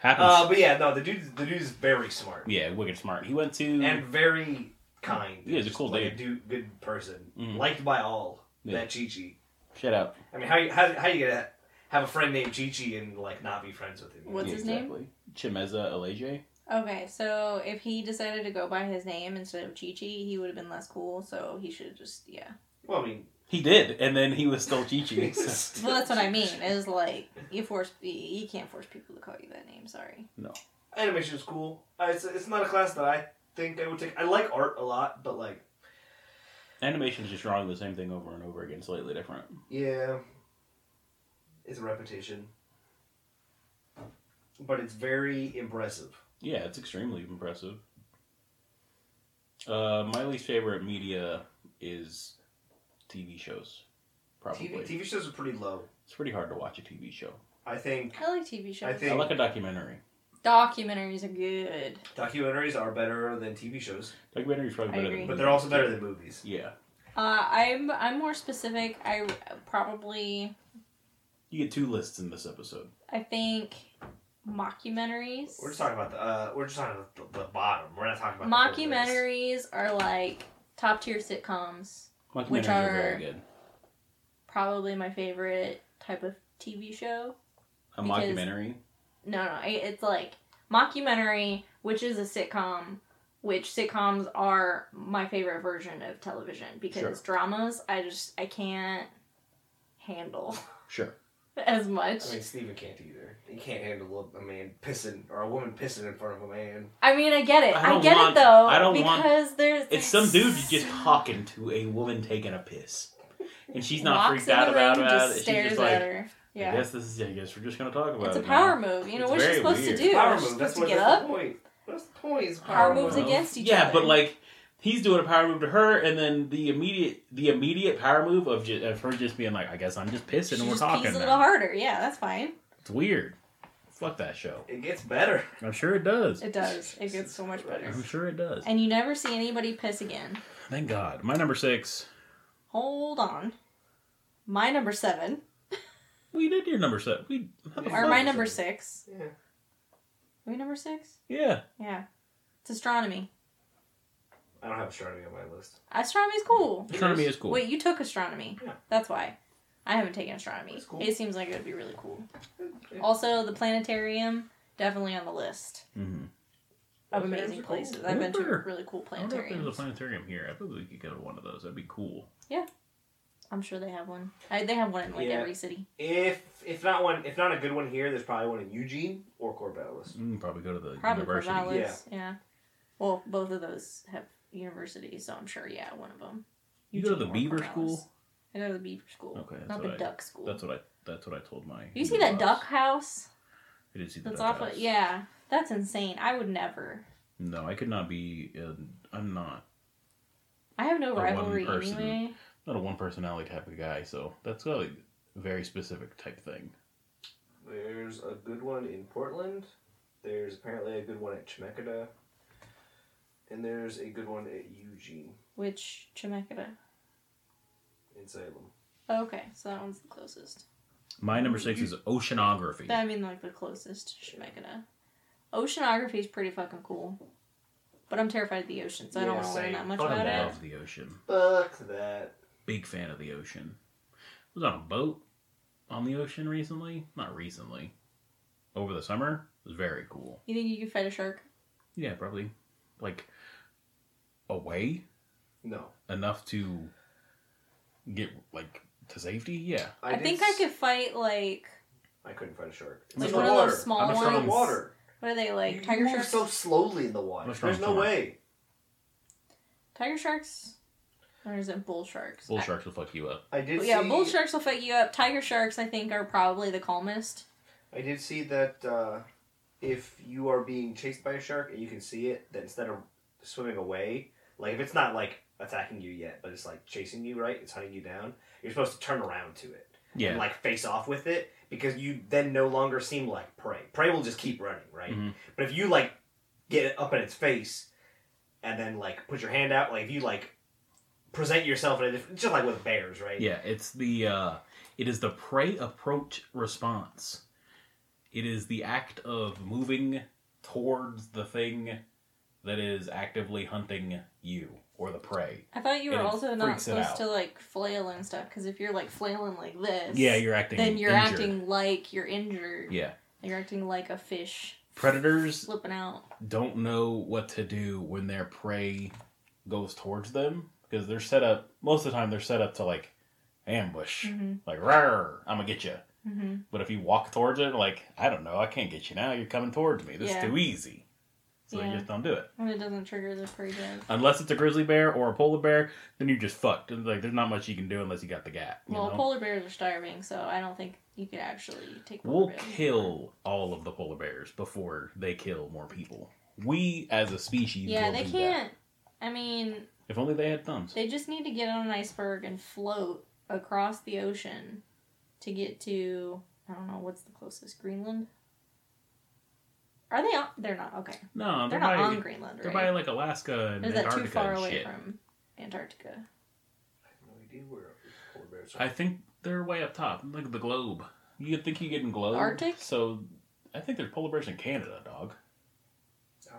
S1: Happens.
S3: Uh, but yeah, no, the dude, the dude is very smart
S1: yeah, wicked smart. He went to
S3: and very kind.
S1: Yeah, he's a cool
S3: like
S1: dude.
S3: A dude, good person,
S1: Mhm.
S3: liked by all.
S1: Yeah.
S3: That Chi Chi.
S1: shut up.
S3: I mean, how you how, how you gonna have a friend named Chi Chi and like not be friends with him?
S2: What's his name?
S1: Chimeza Alaje.
S2: Okay, so if he decided to go by his name instead of Chi Chi, he would have been less cool. So he should have just yeah.
S3: Well, I mean,
S1: He did, and then he was still Chichi.
S2: Well, that's what I mean. Is like you force you- you can't force people to call you that name. Sorry.
S3: Animation is cool. Uh, it's it's not a class that I think I would take. I like art a lot, but like,
S1: Animation's just drawing the same thing over and over again, slightly different.
S3: yeah, it's repetition. But it's very impressive.
S1: Yeah, it's extremely impressive. Uh, my least favorite media is TV shows. Probably,
S3: TV, TV shows are pretty low.
S1: it's pretty hard to watch a TV show.
S3: I think
S2: I like TV shows.
S3: I think-
S1: I like a documentary.
S2: documentaries are good.
S3: documentaries are better than TV shows,
S1: Documentary's probably
S2: I
S1: better
S2: agree.
S1: than,
S3: but they're also better than movies.
S1: Yeah,
S2: Uh, I'm I'm more specific. I probably
S1: you get two lists in this episode.
S2: I think mockumentaries.
S3: We're just talking about the uh, we're just talking about the, the bottom. We're not talking about the whole list.
S2: Mockumentaries are like top tier sitcoms.
S1: Documentaries
S2: Which
S1: are,
S2: are-
S1: very good.
S2: Probably my favorite type of TV show.
S1: A
S2: because-
S1: mockumentary.
S2: No, no, i- it's like mockumentary, which is a sitcom. Which sitcoms are my favorite version of television because
S1: Sure.
S2: dramas I just I can't handle
S1: Sure.
S2: as much.
S3: I mean, Steven can't either. He can't handle a man pissing or a woman pissing in front of a man.
S2: I mean, I get it.
S1: I
S2: I,
S1: don't
S2: get
S1: want-
S2: it though.
S1: I don't want-
S2: because there's
S1: It's some dude just talking to a woman taking a piss, and she's not
S2: Walks
S1: freaked
S2: in the
S1: out about,
S2: room,
S1: about it.
S2: just
S1: She's
S2: stares
S1: just like,
S2: at her.
S1: I
S2: Yeah,
S1: guess this is. I guess we're just gonna talk about
S2: it's a
S1: it. now."
S2: power move. You know
S1: It's
S2: what's she
S1: very
S2: supposed
S1: weird.
S2: to do?
S3: power
S2: She's
S3: move.
S2: supposed
S3: That's
S2: to
S3: what.
S2: get
S3: that's
S2: up.
S3: the point. That's the point. Is
S2: Power
S3: power,
S2: moves
S3: move.
S2: against each
S1: yeah,
S2: other.
S1: but like he's doing a power move to her, and then the immediate the immediate power move of ju- of her just being like, I guess I'm just pissing,
S2: she
S1: and we're
S2: just
S1: talking.
S2: pees a
S1: now."
S2: little harder. Yeah, that's fine.
S1: It's weird. Fuck that show.
S3: It gets better.
S1: I'm sure it does.
S2: It does. It gets so much better.
S1: I'm sure it does.
S2: And you never see anybody piss again.
S1: Thank God. My number six.
S2: Hold on. My number seven,
S1: We did your number seven. We how the
S3: Or
S2: or
S1: fuck
S2: my
S1: is
S2: number
S1: it?
S2: six.
S3: Yeah.
S2: Are we number six?
S1: Yeah,
S2: Yeah. It's astronomy.
S3: I don't have astronomy on my list.
S2: Astronomy's cool.
S1: astronomy is cool.
S2: Wait, you took astronomy.
S3: Yeah.
S2: That's why. I haven't taken astronomy.
S3: That's cool.
S2: It seems like it would be really cool.
S3: Yeah.
S2: Also, the planetarium definitely on the list
S1: Mm-hmm.
S2: of
S3: Those
S2: amazing
S3: are cool.
S2: places. I've been to
S1: Wonder-
S2: really cool
S1: I wonder if there's a
S2: planetariums.
S1: planetarium here. I probably could get one of those. That'd be cool.
S2: I'm sure they have one. I, they have one in like
S3: Yeah.
S2: every city.
S3: If if not one, if not a good one here, there's probably one in Eugene or Corvallis.
S1: Mm, probably go to the
S2: Probably
S1: university.
S2: Corvallis. Yeah. Well, both of those have universities, so I'm sure. Yeah, one of them.
S1: You go to the
S2: Eugene or
S1: Beaver
S2: Corvallis.
S1: School?
S2: I go to the Beaver School.
S1: Okay, that's
S2: Not the
S1: what I-
S2: Duck School.
S1: That's what I. That's what I told my.
S2: you see that
S1: boss.
S2: duck house?
S1: I did see the
S2: That's
S1: duck
S2: off. Of,
S1: house.
S2: yeah, that's insane. I would never.
S1: No, I could not be. uh I'm not
S2: I have no
S1: one
S2: rivalry
S1: person.
S2: anyway.
S1: not a one personality type of guy, so that's like a very specific type thing.
S3: There's a good one in Portland. There's apparently a good one at Chemeketa. And there's a good one at Eugene
S2: Which Chemeketa?
S3: in Salem.
S2: Okay, so that one's the closest.
S1: My number six is oceanography.
S2: I mean, like the closest to Shemekina. Oceanography is pretty fucking cool, but I'm terrified of the ocean, so I don't
S3: Yeah,
S2: want to learn
S3: same.
S2: that much
S1: I
S2: about it.
S1: love the ocean.
S3: Fuck that.
S1: Big fan of the ocean. I was on a boat on the ocean recently. Not recently. Over the summer. It was very cool.
S2: You think you could fight a shark?
S1: Yeah, probably. Like, away
S3: No.
S1: enough to get, like, to safety? Yeah.
S2: I,
S3: did
S2: think I
S3: s-
S2: could fight like
S3: I couldn't find a shark. It's
S1: I'm a
S2: like
S3: in
S2: one
S3: the
S1: strong-
S2: of
S3: water.
S2: those small
S1: I'm a
S2: ones.
S1: strong
S3: It's in the water.
S2: What are they like?
S3: You
S2: Tiger
S3: move
S2: sharks?
S3: so slowly in the water.
S1: Let's try
S3: There's
S1: and
S3: no
S1: swim.
S3: way.
S2: Tiger sharks? Or is it bull sharks?
S1: Bull sharks will fuck you up.
S3: I did.
S2: yeah,
S3: see,
S2: bull sharks will fuck you up. Tiger sharks, I think, are probably the calmest.
S3: I did see that uh, if you are being chased by a shark and you can see it, that instead of swimming away, like if it's not like attacking you yet, but it's like chasing you, right? It's hunting you down. You're supposed to turn around to it
S1: Yeah.
S3: and like face off with it because you then no longer seem like prey. Prey will just keep running, right?
S1: Mhm.
S3: But if you like get it up in its face and then like put your hand out, like if you like present yourself in a different, just like with bears, right?
S1: Yeah, it's the uh, it is the prey approach response. It is the act of moving towards the thing that is actively hunting you or the prey.
S2: I thought you were
S1: And it
S2: also not
S1: freaks it
S2: supposed
S1: out.
S2: to like flail and stuff because if you're like flailing like this,
S1: Yeah, you're acting.
S2: then you're
S1: injured.
S2: acting like you're injured.
S1: Yeah,
S2: You're acting like a fish
S1: predators
S2: flipping out.
S1: don't know what to do when their prey goes towards them because they're set up. Most of the time, they're set up to like ambush,
S2: Mhm.
S1: like "Rar, I'm gonna get you."
S2: hmm
S1: But if you walk towards it, like I don't know, I can't get you now. You're coming towards me. This
S2: Yeah.
S1: is too easy. So
S2: Yeah.
S1: you just don't do it.
S2: And it doesn't trigger the prey drive.
S1: Unless it's a grizzly bear or a polar bear, then you're just fucked. And, Like there's not much you can do unless you got the gap. You
S2: Well,
S1: know?
S2: polar bears are starving, so I don't think you could actually take polar
S1: we'll
S2: bears.
S1: kill all of the polar bears before they kill more people. We as a species.
S2: yeah,
S1: will
S2: they
S1: do that.
S2: can't. I mean,
S1: If only they had thumbs.
S2: they just need to get on an iceberg and float across the ocean to get to I don't know what's the closest Greenland. Are they? On, they're not. Okay,
S1: No, they're,
S2: they're not
S1: by,
S2: on Greenland,
S1: they're by
S2: right?
S1: like Alaska and
S2: Or Is that
S1: Antarctica
S2: too far
S1: and
S2: away
S1: shit.
S2: from Antarctica?
S3: I have no idea where polar bears are.
S1: I think they're way up top, like the globe. You think you get in globe
S2: Arctic?
S1: So I think there's polar bears in Canada, dog.
S3: Uh,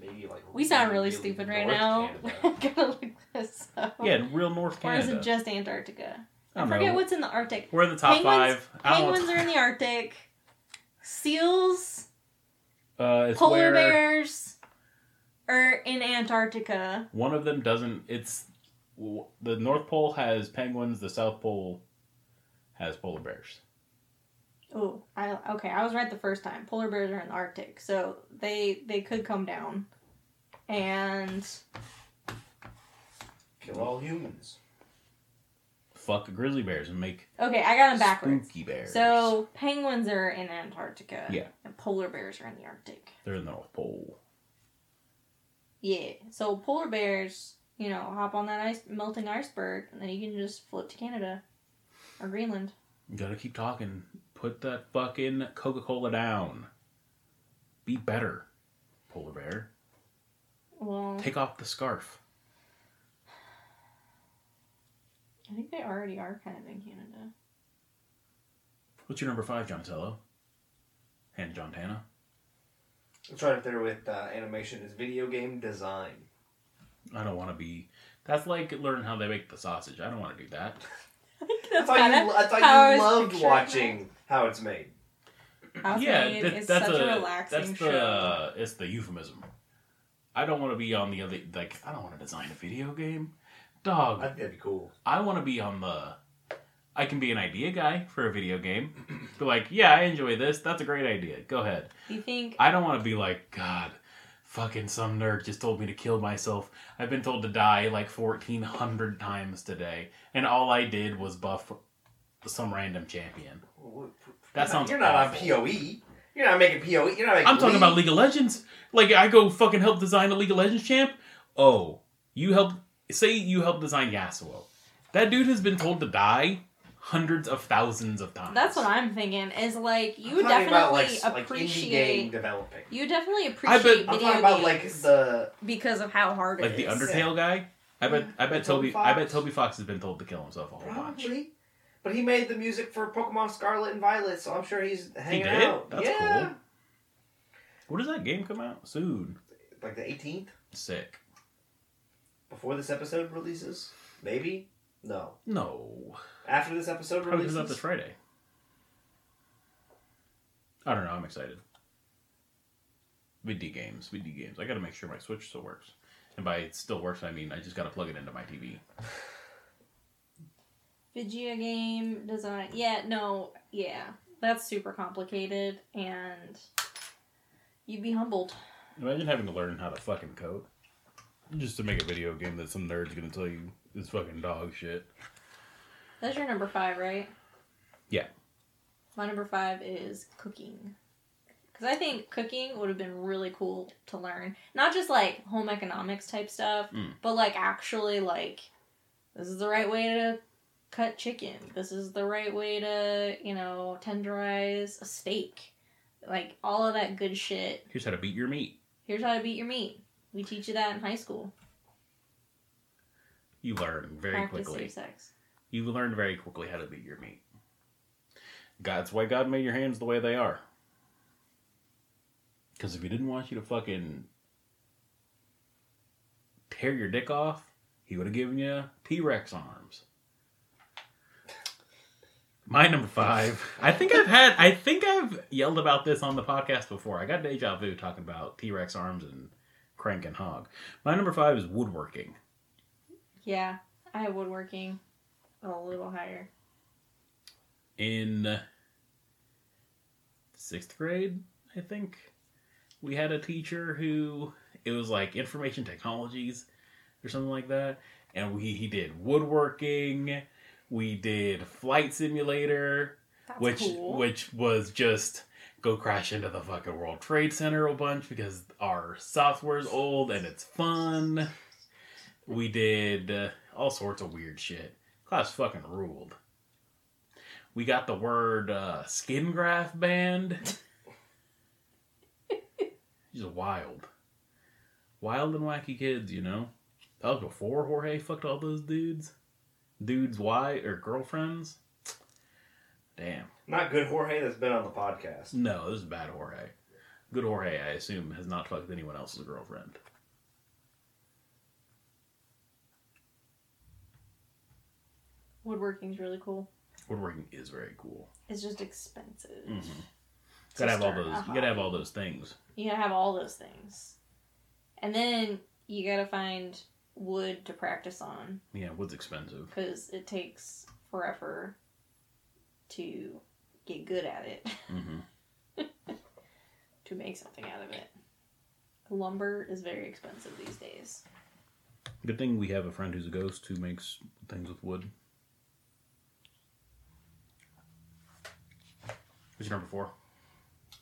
S3: maybe like
S2: We sound really
S3: really
S2: stupid right
S3: north
S2: now.
S3: Canada.
S2: We're gonna look this up.
S1: Yeah, in real North
S2: Or
S1: Canada.
S2: is it just Antarctica?
S1: I
S2: I,
S1: don't
S2: forget
S1: know.
S2: what's in the Arctic.
S1: We're in the top
S2: Penguins-
S1: five. I don't know.
S2: Penguins are in the Arctic. Seals,
S1: Uh, it's
S2: polar
S1: where
S2: bears, are in Antarctica.
S1: one of them doesn't. It's w- the North Pole has penguins. The South Pole has polar bears.
S2: Oh, I okay. I was right the first time. Polar bears are in the Arctic, so they they could come down. And
S3: Kill all humans.
S1: Fuck grizzly bears and make
S2: okay, I got them backwards.
S1: spooky bears.
S2: So penguins are in Antarctica.
S1: Yeah.
S2: And polar bears are in the Arctic.
S1: they're in the North Pole.
S2: Yeah. So polar bears, you know, hop on that ice melting iceberg, and then you can just float to Canada or Greenland.
S1: You gotta keep talking. Put that fucking Coca Cola down. Be better, polar bear.
S2: Well,
S1: Take off the scarf.
S2: I think they already are kind of in Canada.
S1: What's your number five, Jonatello? And Jontana.
S3: It's right up there with uh, animation. Is video game design.
S1: I don't want to be. That's like learning how they make the sausage. I don't want to do that.
S2: I think
S3: I
S2: that's
S3: thought
S2: kind
S3: you, I
S2: of
S3: thought
S2: how I
S3: you
S2: was
S3: loved
S2: picturing
S3: watching how it's made.
S2: House Made
S1: that-
S2: is such a, relaxing
S1: that's
S2: show.
S1: the it's the euphemism. I don't want to be on the other like I don't want to design a video game,
S3: I
S1: dog.
S3: think that'd be cool.
S1: I want to be on the. I can be an idea guy for a video game. Be like, yeah, I enjoy this. That's a great idea. Go ahead.
S2: You think
S1: I don't want to be like, God, fucking some nerd just told me to kill myself. I've been told to die like fourteen hundred times today, and all I did was buff some random champion. That sounds
S3: You're not
S1: awful.
S3: on Poe. You're not making Poe. You're not making.
S1: I'm talking
S3: League.
S1: about League of Legends. Like I go fucking help design a League of Legends champ. Oh, you help say you help design Yasuo. That dude has been told to die hundreds of thousands of times.
S2: that's what I'm thinking is like
S3: I'm
S2: you
S3: talking
S2: definitely
S3: about, like, like indie
S2: appreciate
S3: game developing.
S2: you definitely
S1: I bet-
S2: appreciate
S3: I'm
S2: video
S3: talking about like
S2: games
S3: the
S2: because of how hard it is.
S1: like the Undertale guy. I bet I bet
S3: Toby
S1: Toby I bet
S3: Fox.
S1: Toby Fox has been told to kill himself a whole bunch.
S3: probably, but he made the music for Pokemon Scarlet and Violet, so I'm sure he's
S1: He
S3: hanging
S1: did.
S3: out.
S1: That's
S3: yeah,
S1: cool. When does that game come out? Soon.
S3: like the 18th
S1: Sick.
S3: before this episode releases, maybe. No,
S1: No.
S3: after this episode
S1: Probably
S3: releases.
S1: comes out this Friday. I don't know. I'm excited. We do games. We do games. I got to make sure my Switch still works. And by it still works, I mean I just got to plug it into my TV.
S2: Video game design. Yeah, no, yeah. That's super complicated, and you'd be humbled.
S1: Imagine having to learn how to fucking code just to make a video game that some nerd's gonna tell you is fucking dog shit.
S2: That's your number five, right?
S1: Yeah.
S2: My number five is cooking. Because I think cooking would have been really cool to learn. Not just like home economics type stuff,
S1: Mm.
S2: but like actually, like, this is the right way to cut chicken. This is the right way to, you know, tenderize a steak. Like, all of that good shit.
S1: Here's how to beat your meat.
S2: Here's how to beat your meat. We teach you that in high school.
S1: You learn very
S2: Practice
S1: quickly.
S2: safe sex.
S1: You learn very quickly how to beat your meat. God's why God made your hands the way they are. Because if He didn't want you to fucking tear your dick off, He would have given you T Rex arms. My number five. I think I've had. I think I've yelled about this on the podcast before. I got deja vu talking about T Rex arms and crank and hog. My number five is woodworking.
S2: Yeah, I have woodworking a little higher.
S1: in sixth grade, I think. We had a teacher who it was like information technologies or something like that, and we he did woodworking. We did flight simulator,
S2: That's
S1: which
S2: cool.
S1: which was just go crash into the fucking World Trade Center a bunch because our software's old and it's fun. We did uh, all sorts of weird shit. Class fucking ruled. We got the word uh, skin graft band. Just wild, wild and wacky kids, you know. That was before Jorge fucked all those dudes, dudes' wives or girlfriends. Damn.
S3: Not good Jorge that's been on the podcast.
S1: No, this is bad Jorge. Good Jorge, I assume, has not fucked anyone else's girlfriend.
S2: Woodworking's really cool.
S1: Woodworking is very cool.
S2: It's just expensive.
S1: Mhm. You
S2: to
S1: gotta have all
S2: start a
S1: those. You
S2: hobby.
S1: gotta have all those things.
S2: You gotta have all those things, and then you gotta find wood to practice on
S1: Yeah, wood's expensive.
S2: because it takes forever to get good at it
S1: hmm
S2: to make something out of it. Lumber is very expensive these days.
S1: Good thing we have a friend who's a ghost who makes things with wood. What's your number four?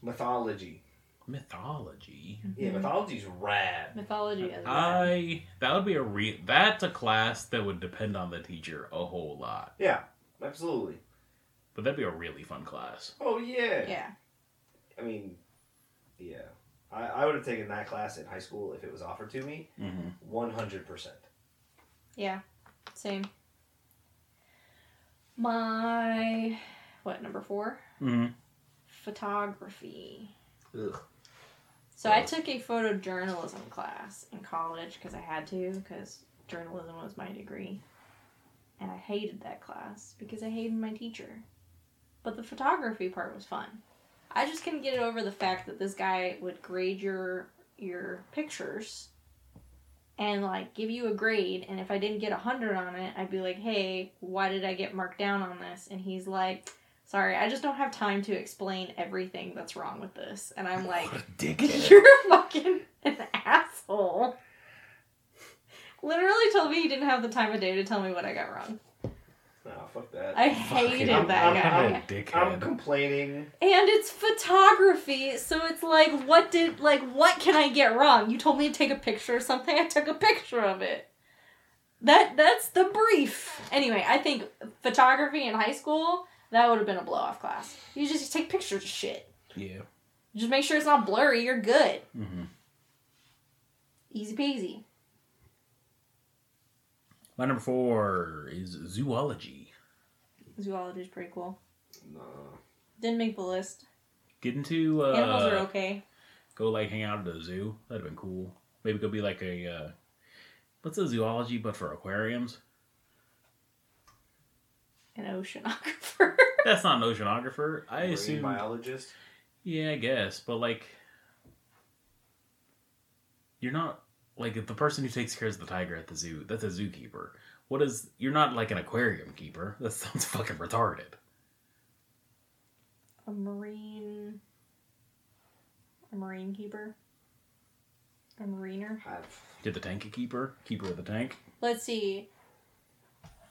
S3: Mythology.
S1: Mythology.
S2: Mm-hmm.
S3: Yeah, mythology's rad.
S2: Mythology is
S1: I that would be a re that's a class that would depend on the teacher a whole lot.
S3: Yeah, absolutely.
S1: But that'd be a really fun class.
S3: Oh yeah.
S2: yeah.
S3: I mean, yeah. I, I would have taken that class in high school if it was offered to me.
S1: Mm-hmm.
S3: One hundred percent.
S2: Yeah, same. My what number four?
S1: Mm-hmm.
S2: Photography.
S3: Ugh.
S2: So I took a photojournalism class in college because I had to because journalism was my degree, and I hated that class because I hated my teacher. But the photography part was fun. I just couldn't get over the fact that this guy would grade your your pictures and like give you a grade and if I didn't get a hundred on it, I'd be like, Hey, why did I get marked down on this? And he's like, Sorry, I just don't have time to explain everything that's wrong with this and I'm like
S1: dickhead.
S2: You're fucking an asshole. Literally told me he didn't have the time of day to tell me what I got wrong.
S3: No, fuck that.
S2: I hated
S3: I'm-
S2: that
S3: I'm-
S2: guy.
S3: I'm- I'm
S1: dickhead.
S3: complaining.
S2: And it's photography, so it's like, what did, like, what can I get wrong? You told me to take a picture of something, I took a picture of it. That that's the brief. Anyway, I think photography in high school that would have been a blow off class. You just take pictures of shit.
S1: yeah.
S2: Just make sure it's not blurry. You're good.
S1: Mm-hmm.
S2: Easy peasy.
S1: My number four is zoology.
S2: Zoology's pretty cool.
S3: No.
S2: Didn't make the list.
S1: Getting to uh,
S2: Animals are okay.
S1: go like hang out at a zoo. That'd have been cool. Maybe go be like a uh, what's a zoology but for aquariums.
S2: An oceanographer.
S1: That's not an oceanographer. I
S3: Marine
S1: assume
S3: biologist.
S1: Yeah, I guess, but like, you're not like if the person who takes care of the tiger at the zoo. That's a zookeeper. What is? You're not like an aquarium keeper. That sounds fucking retarded.
S2: A marine. A marine keeper? A mariner?
S3: I've,
S1: Did the tank keeper, keeper of the tank?
S2: Let's see.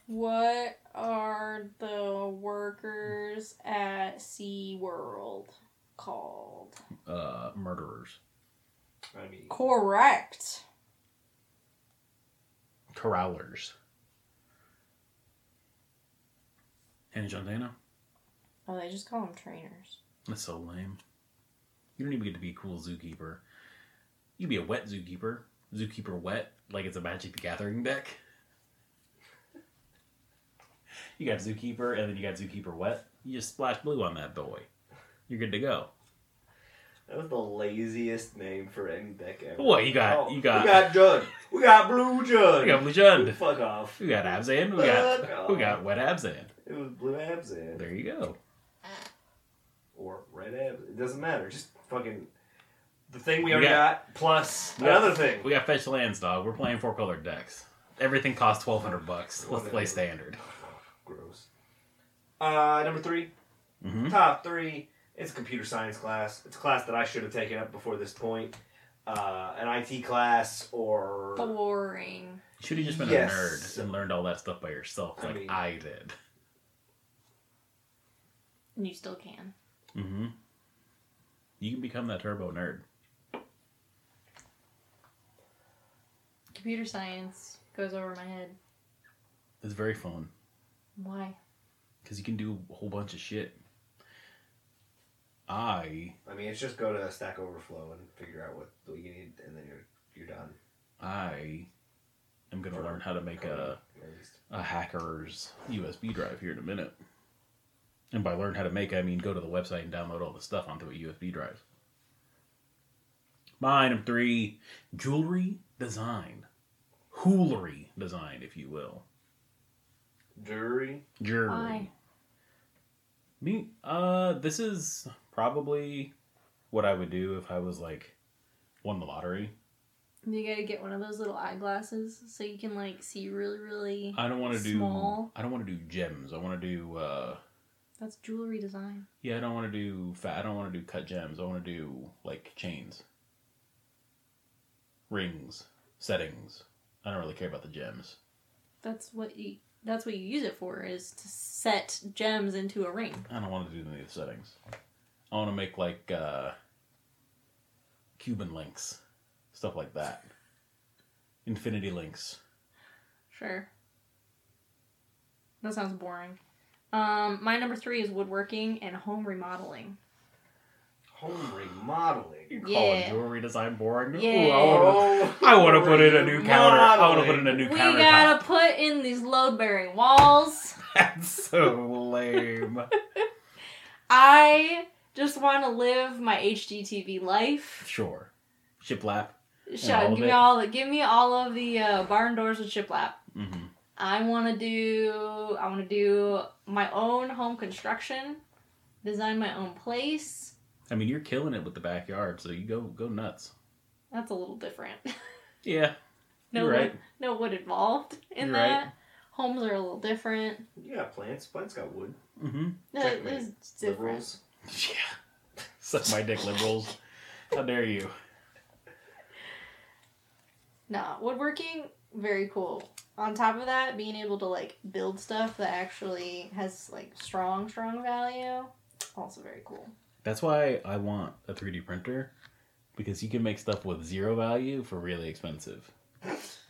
S2: What are the workers at SeaWorld called?
S1: Uh, murderers,
S3: I mean,
S2: Correct.
S1: corrallers. Hannah Montana.
S2: Oh, they just call them trainers.
S1: That's so lame. You don't even get to be a cool zookeeper. You can be a wet zookeeper. Zookeeper wet, like it's a Magic the Gathering deck. You got zookeeper, and then you got zookeeper wet. You just splash blue on that boy. You're good to go.
S3: that was the laziest name for any deck ever. Oh,
S1: Boy, you got- you got-
S3: We got Judd. We got Blue Judd.
S1: We got blue jund.
S3: Fuck off.
S1: We got abzan. We got we got wet abzan.
S3: It was Blue Abzan.
S1: There you go.
S3: or red abs. It doesn't matter. Just fucking the thing we
S1: We
S3: already
S1: got-
S3: got, plus
S1: we got-
S3: another thing.
S1: We got fetch lands, dog. We're playing four colored decks. Everything costs twelve hundred bucks. Let's play standard.
S3: Gross. Uh, number 3
S1: Mhm.
S3: Top three. It's a computer science class. It's a class that I should have taken up before this point. Uh, an IT class or
S2: Boring.
S1: Should have just been
S3: Yes.
S1: a nerd and learned all that stuff by yourself,
S3: I
S1: like I,
S3: mean-
S1: did.
S2: And you still can.
S1: Mm-hmm. You can become that turbo nerd.
S2: Computer science goes over my head.
S1: It's very fun
S2: Why?
S1: because you can do a whole bunch of shit. I
S3: I mean, it's just go to Stack Overflow and figure out what what you need, and then you're you're done.
S1: I am gonna learn how to make a
S3: At least.
S1: a hacker's USB drive here in a minute. And by learn how to make, I mean go to the website and download all the stuff onto a USB drive. My item three jewelry design. Hoolery design, if you will.
S3: Jury.
S1: Jewelry.
S2: Why?
S1: Me, uh, this is probably what I would do if I was like won the lottery.
S2: You gotta get one of those little eyeglasses so you can like see really, really.
S1: I don't want to do.
S2: Small.
S1: I don't want to do gems. I want to do. uh
S2: That's jewelry design.
S1: Yeah, I don't want to do fat. I don't want to do cut gems. I want to do like chains, rings, settings. I don't really care about the gems.
S2: That's what you. That's what you use it for is to set gems into a ring.
S1: I don't want to do any of the settings. I want to make like uh Cuban links, stuff like that. Infinity links.
S2: Sure. That sounds boring. Um, my number three is woodworking and home remodeling.
S3: Home remodeling.
S1: You calling
S2: Yeah.
S1: jewelry design boring?
S2: Yeah.
S1: Ooh, I wanna- I want to put in a new counter. I want to put in a new
S2: we
S1: counter.
S2: gotta put in these load bearing walls.
S1: That's so lame.
S2: I just want to live my HGTV life.
S1: sure. Shiplap. all
S2: Shut,
S1: of
S2: give me
S1: it.
S2: all the give me all of the uh, barn doors with shiplap.
S1: Mm-hmm.
S2: I want to do I want to do my own home construction, design my own place.
S1: I mean, you're killing it with the backyard, so you go go nuts.
S2: That's a little different.
S1: Yeah.
S2: no
S1: You're right.
S2: wood, no wood involved in
S1: You're right.
S2: that. Homes are a little different.
S3: You got plants. Plants got wood.
S1: Mm-hmm.
S2: No,
S3: Checkmate.
S2: It's different.
S3: Liberals.
S1: Yeah. Suck my dick, liberals. How dare you?
S2: Nah, woodworking very cool. On top of that, being able to like build stuff that actually has like strong strong value, also very cool.
S1: That's why I want a 3D printer because you can make stuff with zero value for really expensive.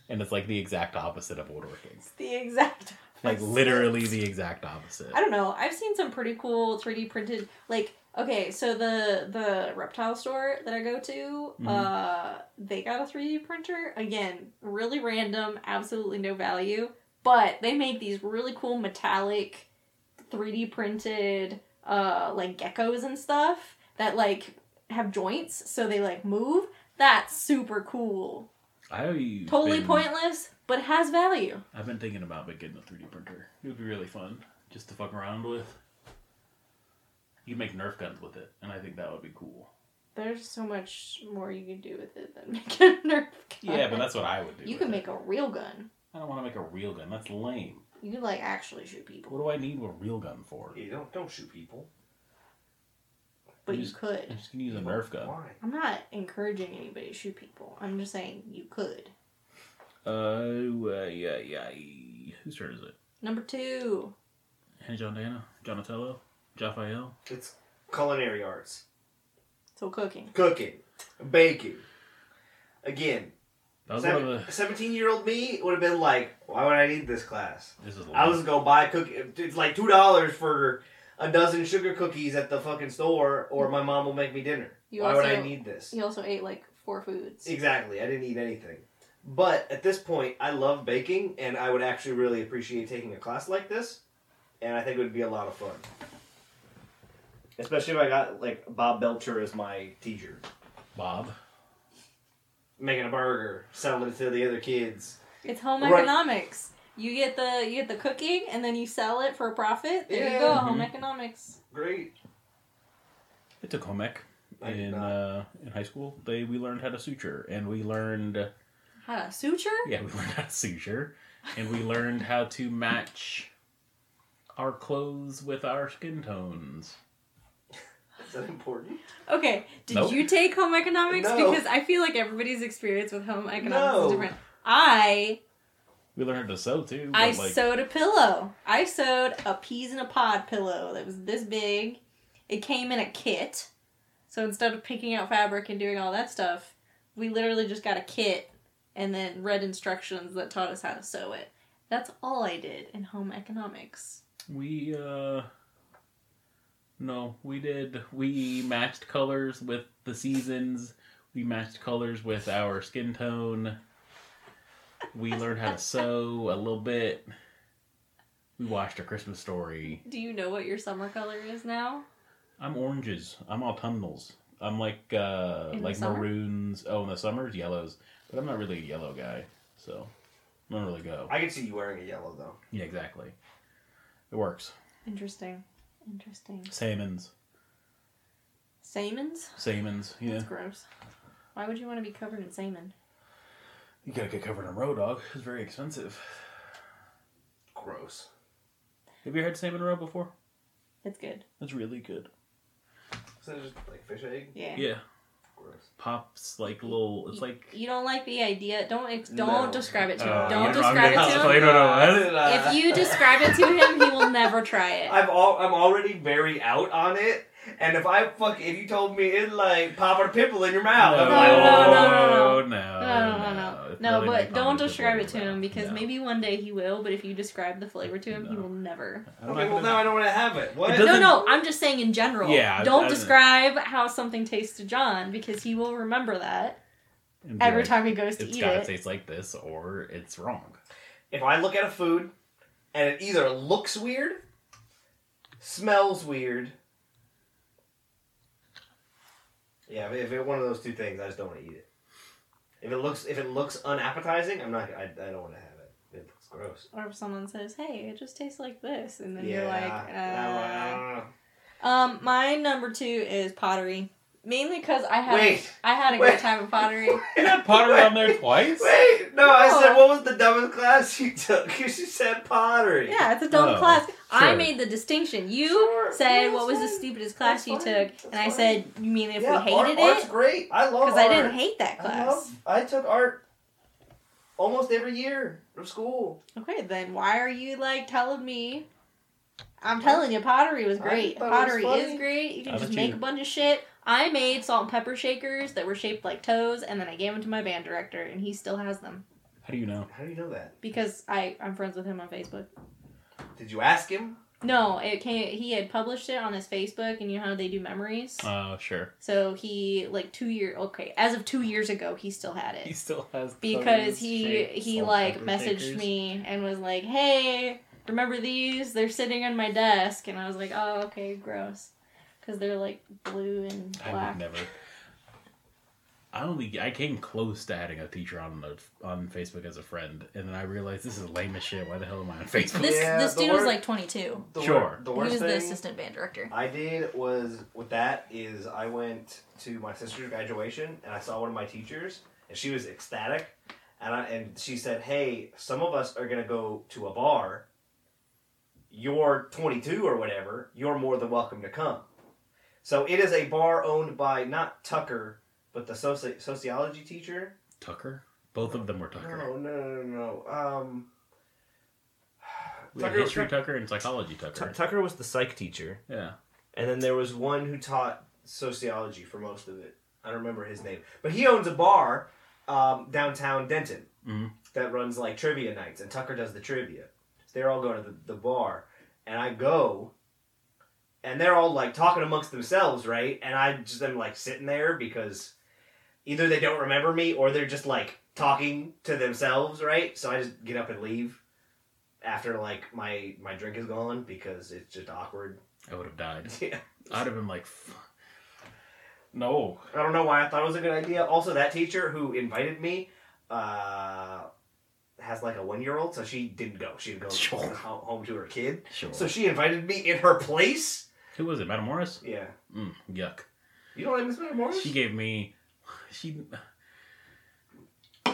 S1: And it's like the exact opposite of woodworking.
S2: It's the exact
S1: Like
S2: opposite.
S1: literally the exact opposite.
S2: I don't know. I've seen some pretty cool 3D printed like okay, so the the reptile store that I go to, uh they got a 3D printer. Again, really random, absolutely no value, but they make these really cool metallic 3D printed uh like geckos and stuff that like have joints so they like move. That's super cool.
S1: I
S2: Totally
S1: been-
S2: pointless, but has value.
S1: I've been thinking about getting a 3D printer. It would be really fun just to fuck around with. You can make Nerf guns with it, and I think that would be cool.
S2: There's so much more you can do with it than make a Nerf gun.
S1: Yeah, but that's what I would do.
S2: You
S1: with
S2: can
S1: it.
S2: make a real gun.
S1: I don't want to make a real gun. That's lame.
S2: You can, like actually shoot people,
S1: What do I need a real gun for?
S3: You don't don't shoot people.
S2: but
S1: You
S2: you
S1: just-
S2: could.
S1: I'm just gonna use a Nerf gun.
S3: Why?
S2: I'm not encouraging anybody to shoot people. I'm just saying you could.
S3: Oh,
S1: Uh, uh, yeah, yeah. Whose turn is it?
S2: Number two.
S1: Hey, John Dana, Jonatello, Jaffael.
S3: It's culinary arts.
S2: So cooking.
S3: Cooking. Baking. Again,
S1: That was one of the.
S3: 17 year old me would have been like, why would I need this class?
S1: This is.
S3: I was gonna buy cookie. It's like two dollars for a dozen sugar cookies at the fucking store, or my mom will make me dinner.
S2: Mm. You
S3: Why would I
S2: also-
S3: need this?
S2: He also ate like four foods.
S3: Exactly. I didn't eat anything. But at this point, I love baking, and I would actually really appreciate taking a class like this, and I think it would be a lot of fun. Especially if I got like Bob Belcher as my teacher,
S1: Bob.
S3: making a burger, selling it to the other kids.
S2: It's home
S3: Right.
S2: economics. You get the you get the cooking and then you sell it for a profit. There you
S3: Yeah. Mm-hmm.
S2: go, home
S1: Mhm.
S2: economics.
S3: Great.
S1: I took home ec
S3: I did
S1: in
S3: not.
S1: uh, in high school. They we learned how to suture, and we learned
S2: How to suture?
S1: yeah we learned how to suture, and we learned how to match our clothes with our skin tones.
S3: Is that important?
S2: Okay, did
S1: Nope.
S2: you take home economics?
S3: No.
S2: Because I feel like everybody's experience with home economics
S3: No.
S2: is different. I
S1: We learned how to sew too.
S2: I
S1: but, like,
S2: sewed a pillow. I sewed a peas in a pod pillow that was this big. It came in a kit. So instead of picking out fabric and doing all that stuff, we literally just got a kit and then read instructions that taught us how to sew it. That's all I did in home economics.
S1: We uh no, we did we matched colors with the seasons. We matched colors with our skin tone. We learned how to sew a little bit. We watched a Christmas story.
S2: Do you know what your summer color is now?
S1: I'm oranges. I'm autumnals. I'm like uh
S2: In the
S1: like
S2: summer?
S1: maroons. Oh, in the summers yellows. But I'm not really a yellow guy. So I don't really go.
S3: I can see you wearing a yellow though.
S1: Yeah, exactly. It works.
S2: Interesting. Interesting.
S1: Salmons.
S2: Samens?
S1: Salmons. Yeah.
S2: That's gross. Why would you want to be covered in semen?
S1: You gotta get covered in roe dog. It's very expensive.
S3: Gross.
S1: Have you had salmon roe before?
S2: It's good.
S1: That's really good.
S3: Is that just like fish egg?
S2: Yeah.
S1: Yeah,
S3: Gross.
S1: pops like little. It's like
S2: you don't like the idea. Don't ex-
S3: No.
S2: don't describe it to him.
S1: Uh,
S2: don't
S1: you're
S2: describe it
S1: wrong.
S2: to
S1: So
S2: him.
S1: you don't know
S3: uh,
S2: If you describe it to him, he will never try it.
S3: I've all I'm already very out on it, and if I fuck, if you told me it like popping a pimple in your mouth, I'm
S2: No,
S3: like, "Oh."
S2: no,
S1: no, no,
S2: no, no. No, no, no, no,
S1: It's
S2: no.
S1: really
S2: but
S1: not
S2: don't
S1: positive
S2: describe it
S1: what
S2: to
S1: you're
S2: him
S1: about.
S2: because
S1: No.
S2: maybe one day he will. But if you describe the flavor to him, he
S1: No.
S2: will never.
S1: I'm not
S3: Okay, well
S1: gonna-
S3: now I don't want to have it. What?
S1: It
S2: No,
S1: doesn't-
S2: no. I'm just saying in general.
S1: Yeah, I-
S2: Don't
S1: I-
S2: describe how something tastes to John because he will remember that
S1: and be
S2: every
S1: like,
S2: time he goes to
S1: it's
S2: eat
S1: gotta
S2: it.
S1: taste like this or it's wrong.
S3: If I look at a food, and it either looks weird, smells weird. Yeah, if it's one of those two things, I just don't want to eat it. If it looks if it looks unappetizing, I'm not. I, I don't want to have it. It looks gross.
S2: Or if someone says, "Hey, it just tastes like this," and then
S3: yeah.
S2: you're like,
S3: I- I
S2: uh,
S3: don't know.
S2: Um, my number two is pottery, mainly because I had
S3: Wait.
S2: I had a
S3: Wait.
S2: good time with pottery.
S1: You had Potter on there twice.
S3: Wait, no, I
S2: No.
S3: said what was the dumbest class you took? She said pottery.
S2: yeah, it's a dumb
S1: Oh,
S2: class. I
S1: sure.
S2: made the distinction. You
S3: Sure,
S2: said
S3: yeah,
S2: what was the
S3: that's fine.
S2: stupidest class
S3: That's
S2: you took,
S3: fine, that's
S2: and I
S3: fine.
S2: said you mean if
S3: Yeah,
S2: we
S3: art-
S2: hated
S3: art's
S2: it
S3: great. I love
S2: because
S3: art. Uh-huh.
S2: I didn't hate that
S3: I,
S2: class.
S3: love, I took art almost every year of school.
S2: Okay, then why are you like telling me? I'm telling you, pottery was
S3: I
S2: great.
S3: thought it was
S2: Pottery
S3: funny.
S2: is great. You
S1: How
S2: can just
S1: about
S2: make
S1: you?
S2: a bunch of shit. I made salt and pepper shakers that were shaped like toes, and then I gave them to my band director, and he still has them
S1: How do you know?
S3: How do you know that?
S2: because I I'm friends with him on Facebook.
S3: Did you ask him?
S2: No, it came. He had published it on his Facebook, and you know how they do memories.
S3: Uh.
S1: Oh, sure.
S2: so he like two year. Okay, as of two years ago, he still had
S1: He
S2: it
S1: still has
S2: because he he like messaged me and was like, "Hey, remember these? They're sitting on my desk." And I was like, "Oh, okay, gross," because they're like blue and
S1: I would
S2: black.
S1: never. I don't think I came close to adding a teacher on the, on Facebook as a friend, and then I realized this is lame as shit. Why the hell am I on Facebook?
S5: This
S3: Yeah,
S5: this
S3: the
S5: dude was
S3: wor-
S5: like 22.
S3: The
S1: Sure.
S3: wor- the
S5: He
S3: worst
S5: was
S3: thing
S5: the assistant band director.
S3: I did was with that is I went to my sister's graduation and I saw one of my teachers and she was ecstatic, and I and she said, "Hey, some of us are gonna go to a bar. You're 22 or whatever. You're more than welcome to come." So it is a bar owned by not Tucker, but the soci- sociology teacher.
S1: Tucker. Both of them were Tucker.
S3: No, no, no, no. no. Um,
S1: We had
S3: Tucker,
S1: history
S3: Tuck-
S1: Tucker and psychology Tucker.
S3: Tuck- Tucker was the psych teacher,
S1: yeah.
S3: and then there was one who taught sociology for most of it. I don't remember his name, but he owns a bar um, downtown Denton
S1: Mhm.
S3: that runs like trivia nights, and Tucker does the trivia. So they're all going to the, the bar, and I go, and they're all like talking amongst themselves, right? And I just am like sitting there because either they don't remember me or they're just like talking to themselves, right? So I just get up and leave after like my my drink is gone because it's just awkward.
S1: I would have died.
S3: Yeah.
S1: I'd have been like, "F- no.
S3: I don't know why I thought it was a good idea. Also, that teacher who invited me uh, has like a one year old, so she didn't go. She goes
S1: Sure.
S3: ho- home to her kid.
S1: Sure.
S3: So she invited me in her place.
S1: Who was it? Madam Morris?
S3: Yeah,
S1: Mm, yuck.
S3: you don't like Miss Mary Morris?
S1: She gave me. She.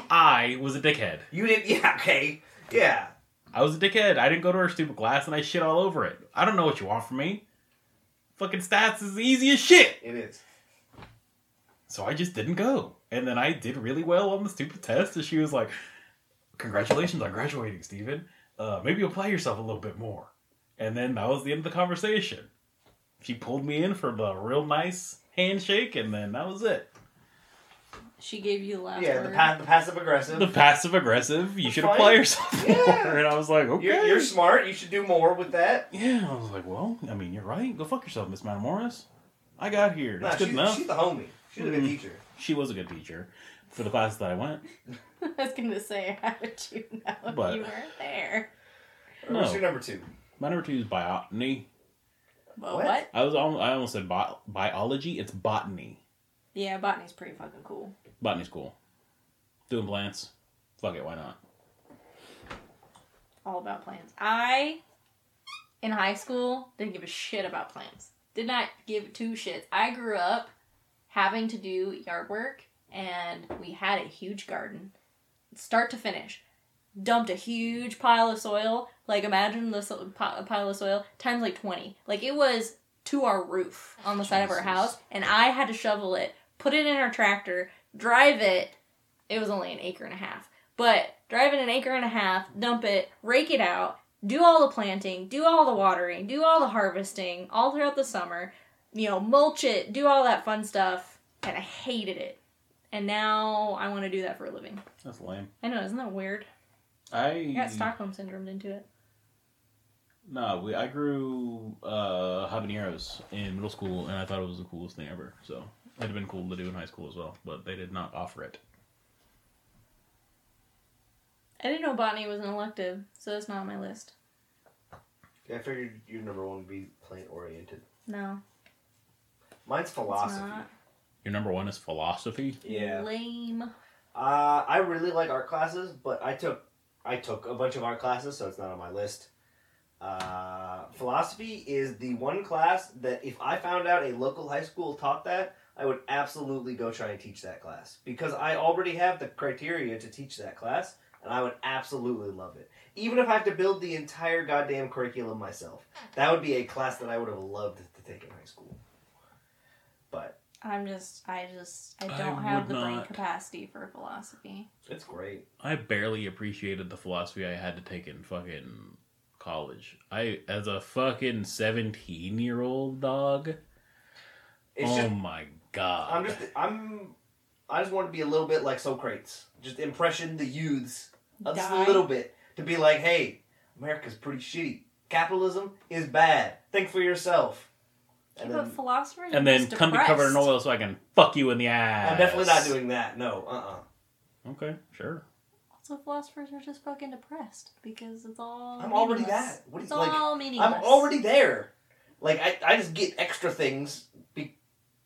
S1: I was a dickhead.
S3: you didn't? Yeah, okay, yeah.
S1: I was a dickhead. I didn't go to her stupid class and I shit all over it. I don't know what you want from me. Fucking stats is easy as shit.
S3: It is.
S1: So I just didn't go. And then I did really well on the stupid test. And she was like, Congratulations on graduating, Steven. Uh, maybe apply yourself a little bit more. And then that was the end of the conversation. She pulled me in for the real nice handshake, and then that was it.
S2: She gave you the last
S3: yeah,
S2: word.
S3: the, pa- the passive aggressive.
S1: The passive aggressive, you should
S3: Fine.
S1: apply yourself
S3: Yeah.
S1: more. And I was like, okay.
S3: you're, you're smart. You should do more with that.
S1: Yeah, I was like, well, I mean, you're right. Go fuck yourself, Miss Madam Morris. I got here.
S3: Nah,
S1: That's good
S3: she's,
S1: enough.
S3: she's the homie. She's a good
S1: Mhm.
S3: teacher.
S1: She was a good teacher for the classes that I went.
S2: I was gonna say, how would you know if
S1: But-
S2: you weren't there?
S1: No.
S3: What's your number two?
S1: My number two is botany.
S2: But
S3: What?
S2: what?
S1: I was al- I almost said bi- biology. It's botany.
S2: Yeah, botany's pretty fucking cool.
S1: Botany's cool. Doing plants. Fuck it, why not?
S2: All about plants. I, in high school, didn't give a shit about plants. Did not give two shits. I grew up having to do yard work, and we had a huge garden, start to finish. Dumped a huge pile of soil. Like imagine the so- pi- pile of soil times like twenty. Like it was to our roof on the side of our
S1: Jesus.
S2: house, and I had to shovel it, put it in our tractor, drive it. It was only an acre and a half, but drive it an acre and a half, dump it, rake it out, do all the planting, do all the watering, do all the harvesting, all throughout the summer. You know, mulch it, do all that fun stuff, and I hated it. And now I want to do that for a living.
S1: That's lame.
S2: I know, isn't that weird?
S1: I
S2: I got Stockholm syndrome into it.
S1: No, we, I grew uh, habaneros in middle school, and I thought it was the coolest thing ever. So it'd have been cool to do in high school as well, but they did not offer it.
S2: I didn't know botany was an elective, so that's not on my list.
S3: Yeah, I figured your number one would be plant oriented.
S2: No,
S3: Mine's
S2: it's
S3: philosophy.
S2: not.
S1: Your number one is philosophy.
S3: Yeah.
S2: Lame.
S3: Uh, I really like art classes, but I took I took a bunch of art classes, so it's not on my list. Uh, philosophy is the one class that if I found out a local high school taught that, I would absolutely go try and teach that class because I already have the criteria to teach that class, and I would absolutely love it. Even if I have to build the entire goddamn curriculum myself, that would be a class that I would have loved to take in high school. But
S2: I'm just, I just, I
S1: I
S2: don't have
S1: would
S2: the brain
S1: not.
S2: capacity for philosophy.
S3: it's great.
S1: I barely appreciated the philosophy I had to take in fucking college. I, as a fucking 17 year old dog,
S3: It's
S1: oh
S3: just
S1: my god.
S3: I'm just I'm I just want to be a little bit like Socrates. Just impression the youths uh, just a
S2: Die.
S3: little bit to be like, hey, America's pretty shitty. Capitalism is bad. Think for yourself.
S2: Yeah,
S3: And
S2: but
S3: then,
S2: philosophers
S1: and
S2: are
S1: then
S2: just
S1: come to cover in
S2: depressed.
S1: oil so I can fuck you in the ass.
S3: I'm definitely not doing that. No, uh uh
S1: Okay, sure.
S2: Also, philosophers are just fucking depressed because it's all.
S3: I'm already
S2: meaningless.
S3: that. What do you-
S2: it's
S3: like,
S2: all meaningless.
S3: I'm already there. Like I, I just get extra things because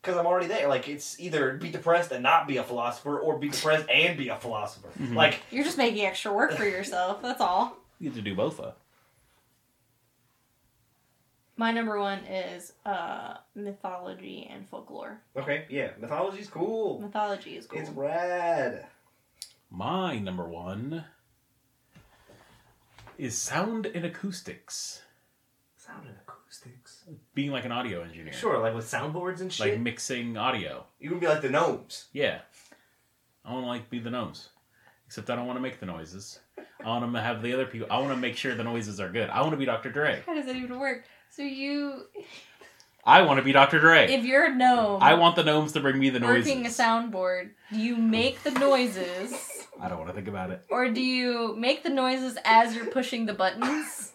S3: because I'm already there. Like it's either be depressed and not be a philosopher, or be depressed and be a philosopher.
S1: Mhm.
S3: Like
S2: You're just making extra work for yourself. That's all.
S1: You get to do both uh, of.
S2: My number one is uh, mythology and folklore.
S3: okay, yeah, mythology's cool.
S2: Mythology is cool.
S3: It's rad.
S1: My number one is sound and acoustics.
S3: Sound and acoustics.
S1: Being like an audio engineer.
S3: Sure, like with soundboards and
S1: Like
S3: shit.
S1: mixing audio.
S3: you would be like the gnomes.
S1: Yeah. I want to like be the gnomes. Except I don't want to make the noises. I want to have the other people. I want to make sure the noises are good. I want to be Dr. Dre.
S2: How does that even work? So you,
S1: I want to be Dr. Dre.
S2: if you're a gnome,
S1: I want the gnomes to bring me the noises.
S2: working a soundboard, do you make the noises,
S1: I don't want to think about it.
S2: or do you make the noises as you're pushing the buttons?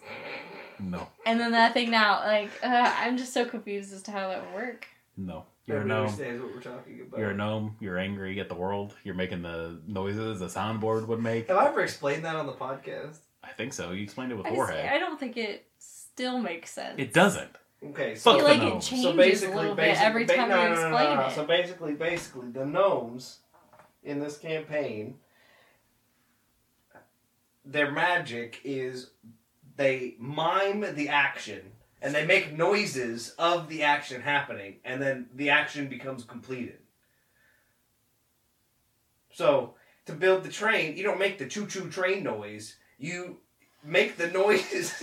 S1: No.
S2: And then that thing now, like, uh, I'm just so confused as to how that would work.
S1: No. You're a
S3: Nobody
S1: gnome.
S3: understands what we're talking about.
S1: You're a gnome. You're angry at the world. You're making the noises the soundboard would make.
S3: Have I ever explained that on the podcast?
S1: I think so. You explained it with
S2: I, just-
S1: Warhead.
S2: I don't think it still makes sense.
S1: It doesn't.
S3: Okay,
S2: I
S1: Fuck
S3: so
S2: feel
S1: the
S2: like it
S1: gnomes.
S2: changes
S3: so basically,
S2: a little bit
S3: basically,
S2: every
S3: ba-
S2: time
S3: no,
S2: you
S3: no, no, no,
S2: explain
S3: no, no.
S2: it.
S3: So basically, basically, the gnomes in this campaign, their magic is they mime the action and they make noises of the action happening, and then the action becomes completed. So to build the train, you don't make the choo-choo train noise. You make the noises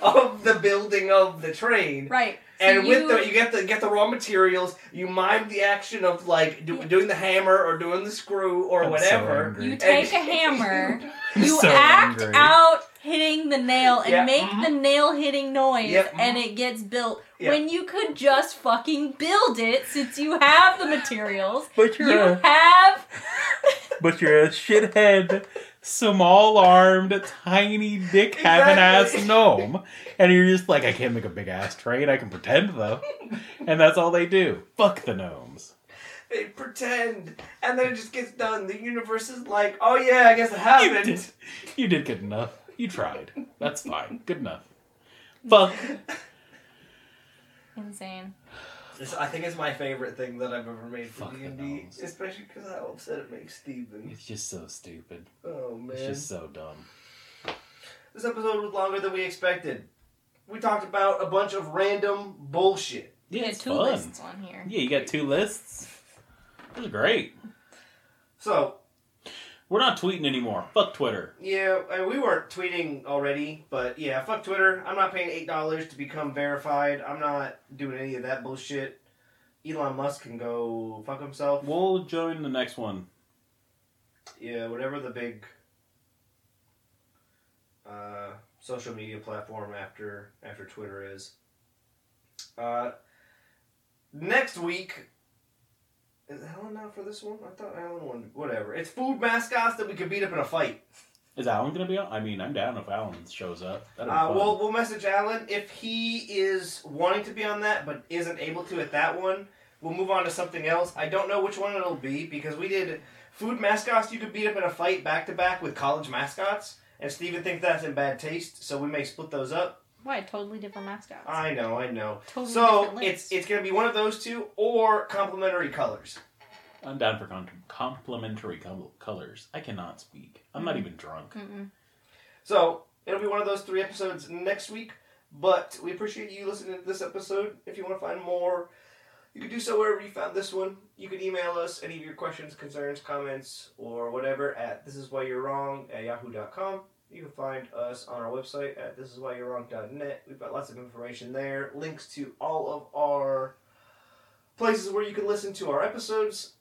S3: of the building of the train
S2: Right. So
S3: and with
S2: you-
S3: the you get the get the raw materials. You mime the action of like do,
S2: Yeah.
S3: doing the hammer or doing the screw or
S1: I'm so
S3: whatever.
S1: angry.
S2: You take a hammer,
S1: I'm
S2: you
S1: so
S2: act
S1: angry. mm-hmm.
S2: out hitting the nail and
S3: Yeah,
S2: make
S3: mhm.
S2: the nail hitting noise
S3: Yep, mhm.
S2: and it gets built
S3: Yeah.
S2: when you could just fucking build it since you have the materials.
S1: But
S2: You have
S1: but you're a shithead, small armed, tiny dick having
S3: Exactly.
S1: ass gnome. And you're just like, I can't make a big ass train. I can pretend though. And that's all they do. Fuck the gnomes.
S3: They pretend, and then it just gets done. The universe is like, oh yeah, I guess it happened.
S1: You did, you did good enough. You tried. That's fine. Good enough. Fuck.
S2: insane.
S3: This- I think it's my favorite thing that I've ever made for
S1: Fuck the
S3: D and D,
S1: gnomes.
S3: especially because how upset it makes Steven.
S1: It's just so stupid.
S3: Oh man,
S1: It's just so dumb.
S3: this episode was longer than we expected. We talked about a bunch of random bullshit.
S1: Yeah,
S2: we had
S1: it's
S2: two
S1: fun.
S2: lists on here.
S1: Yeah, you got two lists. It was great.
S3: So
S1: We're not tweeting anymore. Fuck Twitter.
S3: Yeah, uh, we weren't tweeting already, but yeah, fuck Twitter. I'm not paying eight dollars to become verified. I'm not doing any of that bullshit. Elon Musk can go fuck himself.
S1: We'll join the next one.
S3: Yeah, whatever the big uh, social media platform after after Twitter is. Uh, next week. Is Helen out for this one? I thought Helen won. Whatever. It's food mascots that we could beat up in a fight.
S1: Is Alan gonna be on? I mean, I'm down if Alan shows up. That'd be
S3: Uh,
S1: fun.
S3: we'll, we'll message Alan if he is wanting to be on that but isn't able to at that one. We'll move on to something else. I don't know which one it'll be because we did food mascots you could beat up in a fight back to back with college mascots, and Steven thinks that's in bad taste, so we may split those up.
S2: Why totally different mascots?
S3: I know, I know.
S2: totally
S3: So
S2: different
S3: it's
S2: lists.
S3: it's gonna be one of those two or complementary colors.
S1: I'm down for con- complimentary col- colors. I cannot speak. I'm not even drunk.
S2: Mm-mm.
S3: So it'll be one of those three episodes next week. But we appreciate you listening to this episode. If you want to find more, you can do so wherever you found this one. You can email us any of your questions, concerns, comments, or whatever at thisiswhyyou'rewrong at yahoo.com. You can find us on our website at thisiswhyyou'rewrong.net. We've got lots of information there, links to all of our places where you can listen to our episodes.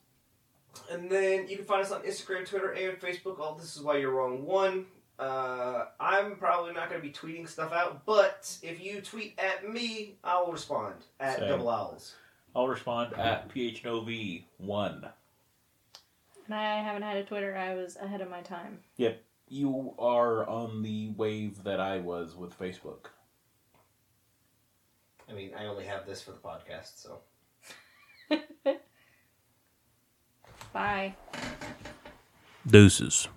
S3: And then you can find us on Instagram, Twitter, and Facebook. All this is why you're wrong. One, uh, I'm probably not going to be tweeting stuff out, but if you tweet at me, I'll respond at
S1: Same.
S3: double owls.
S1: I'll respond at phnov1.
S2: And I haven't had a Twitter. I was ahead of my time.
S1: You are on the wave that I was with Facebook.
S3: I mean, I only have this for the podcast, so.
S2: Bye.
S1: Deuces.